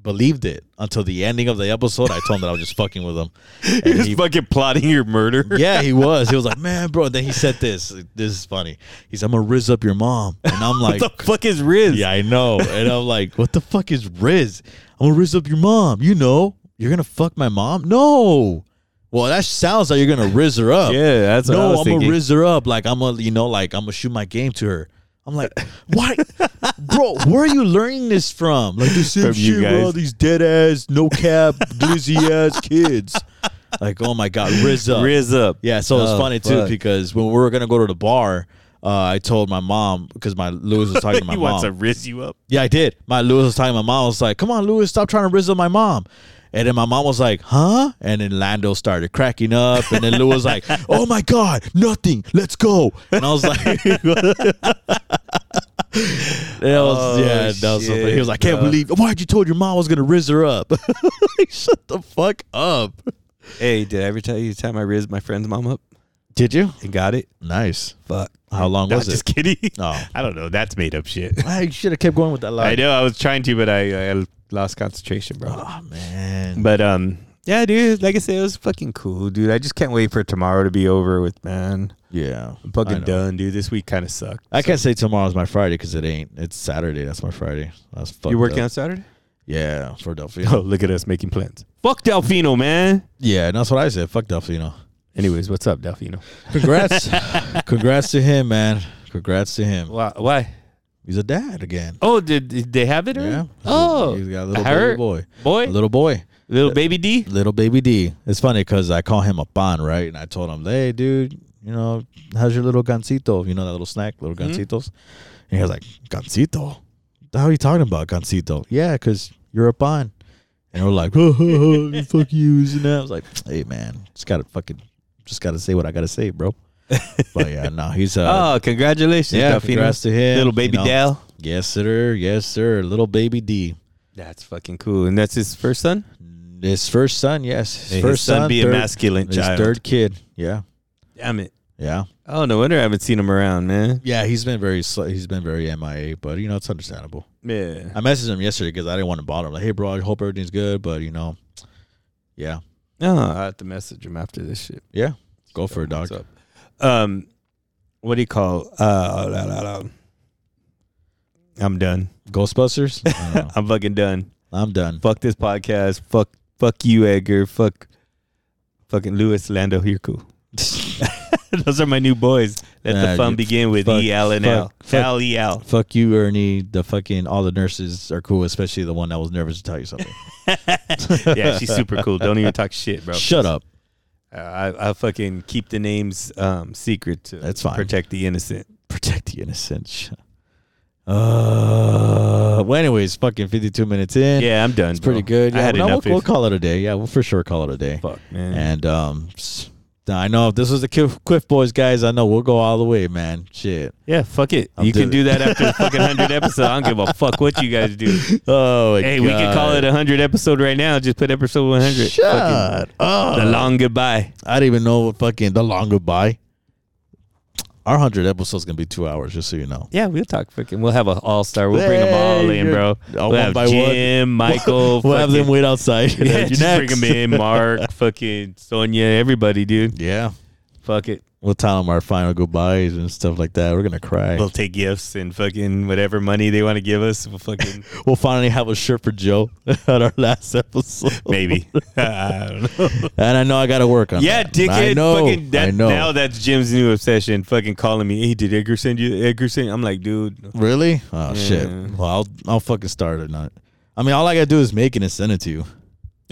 Speaker 3: believed it until the ending of the episode. I told him that I was just fucking with him.
Speaker 4: He
Speaker 3: And
Speaker 4: was
Speaker 3: he-
Speaker 4: fucking plotting your murder.
Speaker 3: yeah, he was. He was like, man, bro. Then he said this. This is funny. He's, I'm gonna riz up your mom, and I'm like,
Speaker 4: what the fuck is Riz?
Speaker 3: yeah, I know. And I'm like, what the fuck is Riz? I'm gonna Riz up your mom. You know, you're gonna fuck my mom. No. Well, that sounds like you're gonna Riz her up.
Speaker 4: Yeah, that's what I
Speaker 3: no.
Speaker 4: was
Speaker 3: I'm
Speaker 4: thinking.
Speaker 3: gonna Riz her up. Like I'm gonna, you know, like I'm gonna shoot my game to her. I'm like, why, bro? Where are you learning this from? Like this same
Speaker 4: From you
Speaker 3: shit with all
Speaker 4: guys.
Speaker 3: these dead ass, no cap, glizzy ass kids. Like, oh my god, Riz up.
Speaker 4: Riz up.
Speaker 3: Yeah, so it's
Speaker 6: Oh,
Speaker 3: funny too
Speaker 6: fuck.
Speaker 3: because when we were gonna go to the bar, uh, I told my mom because my Lewis was talking to my
Speaker 4: he
Speaker 3: mom.
Speaker 4: wants to Riz you up.
Speaker 3: yeah, I did. My Lewis was talking to my mom. I was like, "Come on, Lewis, stop trying to rizzle my mom." And then my mom was like, "Huh?" And then Lando started cracking up, and then Lewis was like, "Oh my god, nothing. Let's go." And I was like, that was- "Yeah, that was something." He was like, "I "Can't believe why'd you told your mom I was gonna rizz her up?" Like, Shut the fuck up.
Speaker 6: Hey, did I ever tell you the time I rizzed my friend's mom up
Speaker 3: Did you?
Speaker 6: and got it?
Speaker 3: Nice.
Speaker 6: Fuck.
Speaker 3: How long
Speaker 4: No,
Speaker 3: was it?
Speaker 4: just kidding.
Speaker 3: Oh.
Speaker 4: I don't know. That's made up shit.
Speaker 3: I should have kept going with that line.
Speaker 4: I know. I was trying to, but I, I lost concentration, bro.
Speaker 3: Oh man.
Speaker 4: But um, yeah, dude. Like I said, it was fucking cool, dude. I just can't wait for tomorrow to be over with, man.
Speaker 3: Yeah.
Speaker 4: I'm
Speaker 3: I
Speaker 4: fucking
Speaker 3: know.
Speaker 4: done, dude. This week kind of sucked.
Speaker 3: I can't say tomorrow's my Friday because it ain't. It's Saturday. That's my Friday. That's fucked
Speaker 4: You working
Speaker 3: up.
Speaker 4: on Saturday?
Speaker 3: Yeah, for Delphino.
Speaker 4: Oh, look at us making plans. Fuck Delfino, man.
Speaker 3: Yeah, and that's what I said. Fuck Delphino.
Speaker 4: Anyways, what's up, Delfino?
Speaker 3: Congrats. Congrats to him, man. Congrats to him.
Speaker 4: Why? why?
Speaker 3: He's a dad again.
Speaker 4: Oh, did, did they have it? already?
Speaker 3: Yeah.
Speaker 4: Oh,
Speaker 3: He's got a little
Speaker 4: Her-
Speaker 3: baby boy.
Speaker 4: boy,
Speaker 3: A little boy.
Speaker 4: little baby D.
Speaker 3: Little baby D. It's funny because I call him a pan, right? And I told him, hey, dude, you know, how's your little gancito? You know that little snack, little
Speaker 4: Mm-hmm.
Speaker 3: gancitos? And he was like, gancito? The hell are you talking about, gancito? Yeah, because you're a pan. And we're like, oh, fuck you, and that. I was like, hey, man, just got to fucking, just got to say what I got to say, bro. but yeah, no, he's, uh,
Speaker 4: oh, congratulations,
Speaker 3: yeah,
Speaker 4: Delfino.
Speaker 3: congrats to him.
Speaker 4: little baby
Speaker 3: you know.
Speaker 4: Del.
Speaker 3: Yes, sir. Yes, sir. Little baby D.
Speaker 4: That's fucking cool. And that's his first son.
Speaker 3: His first son, yes. His
Speaker 4: May his
Speaker 3: first
Speaker 4: son be a
Speaker 3: third-
Speaker 4: masculine
Speaker 3: his
Speaker 4: child.
Speaker 3: third kid. Yeah.
Speaker 4: Damn it.
Speaker 3: Yeah,
Speaker 4: Oh, no wonder I haven't seen him around, man.
Speaker 3: yeah, he's been very sl- he's been very MIA, but you know it's understandable.
Speaker 4: Yeah.
Speaker 3: I messaged him yesterday because I didn't want to bother him. Like, hey, bro, I hope everything's good, but you know, yeah,
Speaker 4: No, Oh, I have to message him after this shit.
Speaker 3: yeah, go for it, dog.
Speaker 4: What's up? Um, what do you call? Uh, la, la, la. I'm done.
Speaker 3: Ghostbusters, I don't know.
Speaker 4: I'm fucking done.
Speaker 3: I'm done.
Speaker 4: Fuck this podcast. Fuck, fuck you, Edgar. Fuck, fucking Lewis Lando. You're cool. Those are my new boys. Let
Speaker 3: Nah,
Speaker 4: the fun
Speaker 3: you-
Speaker 4: begin with
Speaker 3: fuck-
Speaker 4: E L and L.
Speaker 3: fuck-
Speaker 4: L E L.
Speaker 3: Fuck you, Ernie. The fucking all the nurses are cool, especially the one that was nervous to tell you something.
Speaker 4: Yeah, she's super cool. Don't even talk shit, bro.
Speaker 3: Shut up.
Speaker 4: Uh, I, I fucking keep the names um, secret to
Speaker 3: That's fine.
Speaker 4: protect the innocent.
Speaker 3: Protect the innocent. Shut- Uh. Well, anyways, fucking 52 minutes in.
Speaker 4: Yeah, I'm done.
Speaker 3: it's pretty good. Yeah,
Speaker 4: I had
Speaker 3: no, we'll,
Speaker 4: enough.
Speaker 3: we'll call it a day. Yeah, we'll for sure call it a day.
Speaker 4: Fuck, man.
Speaker 3: And um, s- now I know if this was the Quiff, Quiff Boys guys, I know we'll go all the way, man. Shit.
Speaker 4: Yeah, fuck it.
Speaker 3: I'm
Speaker 4: you can
Speaker 3: doing
Speaker 4: do that after the fucking hundred episode. I don't give a fuck what you guys do.
Speaker 3: Oh,
Speaker 4: Hey, we can call it a hundred episode right now. Just put episode one hundred.
Speaker 3: Shut up.
Speaker 4: The long goodbye.
Speaker 3: I didn't even know what fucking the long goodbye. Our hundred episode's gonna be two hours, just so you know.
Speaker 4: Yeah, we'll talk fucking. We'll have an all star. We'll bring them all
Speaker 3: Hey,
Speaker 4: in, bro.
Speaker 3: all
Speaker 4: We'll
Speaker 3: one
Speaker 4: have
Speaker 3: by one.
Speaker 4: Jim, Michael.
Speaker 3: We'll have them
Speaker 4: fucking-
Speaker 3: wait outside.
Speaker 4: Yeah,
Speaker 3: You're
Speaker 4: just bring
Speaker 3: next.
Speaker 4: them in. Mark, fucking Sonia, everybody, dude.
Speaker 3: Yeah,
Speaker 4: Fuck it.
Speaker 3: we'll tell them our final goodbyes and stuff like that. We're gonna cry.
Speaker 4: We'll take gifts and fucking whatever money they want to give us. We'll fucking
Speaker 3: We'll finally have a shirt for Joe at our last episode.
Speaker 4: maybe. I don't know.
Speaker 3: And I know I gotta work on.
Speaker 4: Yeah,
Speaker 3: that.
Speaker 4: dickhead.
Speaker 3: I know.
Speaker 4: Fucking that,
Speaker 3: I know.
Speaker 4: Now that's Jim's new obsession. Fucking calling me. Hey, did Edgar send you? Edgar send? I'm like, dude.
Speaker 3: Really? Oh shit.
Speaker 4: Yeah.
Speaker 3: Well, I'll I'll fucking start it. Not. I mean, all I gotta do is make it and send it to you.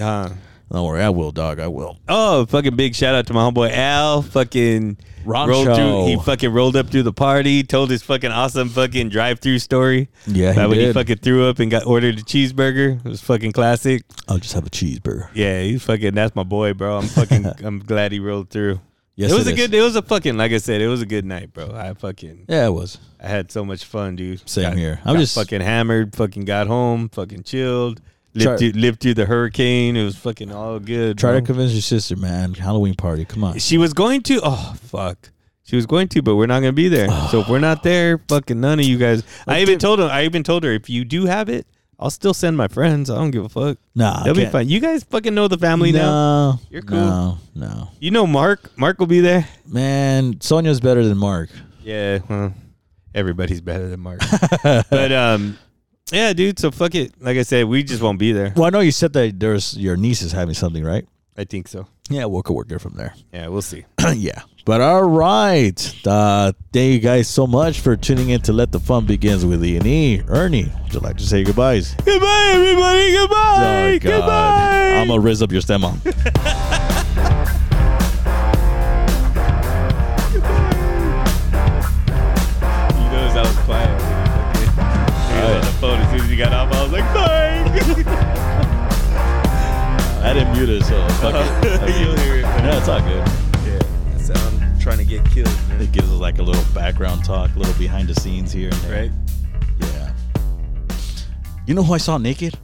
Speaker 4: Uh,
Speaker 3: Don't worry, I will, dog. I will.
Speaker 4: Oh, fucking big shout out to my homeboy Al. Fucking
Speaker 3: Rancho.
Speaker 4: rolled through. He fucking rolled up through the party. Told his fucking awesome fucking drive-through story.
Speaker 3: Yeah, he
Speaker 4: about when he
Speaker 3: did.
Speaker 4: fucking threw up and got ordered a cheeseburger. It was fucking classic.
Speaker 3: I'll just have a cheeseburger.
Speaker 4: Yeah, he's fucking. That's my boy, bro. I'm fucking. I'm glad he rolled through.
Speaker 3: Yes,
Speaker 4: it was
Speaker 3: it
Speaker 4: a
Speaker 3: is.
Speaker 4: good. It was a fucking. Like I said, it was a good night, bro. I fucking.
Speaker 3: Yeah, it was.
Speaker 4: I had so much fun, dude.
Speaker 3: Same
Speaker 4: Got-
Speaker 3: here. I'm
Speaker 4: got
Speaker 3: just-
Speaker 4: fucking hammered. Fucking got home. Fucking chilled. Lived,
Speaker 3: Try-
Speaker 4: through, lived through the hurricane. It was fucking all good.
Speaker 3: Try to
Speaker 4: bro.
Speaker 3: convince your sister, man. Halloween party. Come on.
Speaker 4: She was going to. Oh fuck. She was going to, but we're not gonna be there. so if we're not there, fucking none of you guys. I even told her. I even told her if you do have it, I'll still send my friends. I don't give a fuck.
Speaker 3: Nah, I
Speaker 4: They'll be
Speaker 3: can't.
Speaker 4: fine. You guys fucking know the family now.
Speaker 3: No,
Speaker 4: You're cool.
Speaker 3: No, no.
Speaker 4: You know Mark. Mark will be there.
Speaker 3: Man, Sonia's better than Mark.
Speaker 4: Yeah, well, everybody's better than Mark. but um, yeah, dude. So fuck it. Like I said, we just won't be there.
Speaker 3: Well, I know you said that there's your niece is having something, right?
Speaker 4: I think so.
Speaker 3: Yeah, we'll could work there from there.
Speaker 4: Yeah, we'll see.
Speaker 3: yeah. But all right. Uh, thank you guys so much for tuning in to Let the Fun Begins with E and E. Ernie, would you like to say goodbyes?
Speaker 4: Goodbye, everybody. Goodbye.
Speaker 3: Oh, God.
Speaker 4: Goodbye.
Speaker 3: I'm gonna rizz up your stem on.
Speaker 4: You notice I was quiet. when he fucking- He was on the phone as soon as he got off. I was like, bye.
Speaker 3: I didn't mute it, so fuck
Speaker 4: You'll hear it.
Speaker 3: No, it's all good.
Speaker 6: I said, I'm trying to get killed. man.
Speaker 3: It gives us like a little background talk, a little behind the scenes here and there.
Speaker 4: Right?
Speaker 3: Yeah. You know who I saw naked?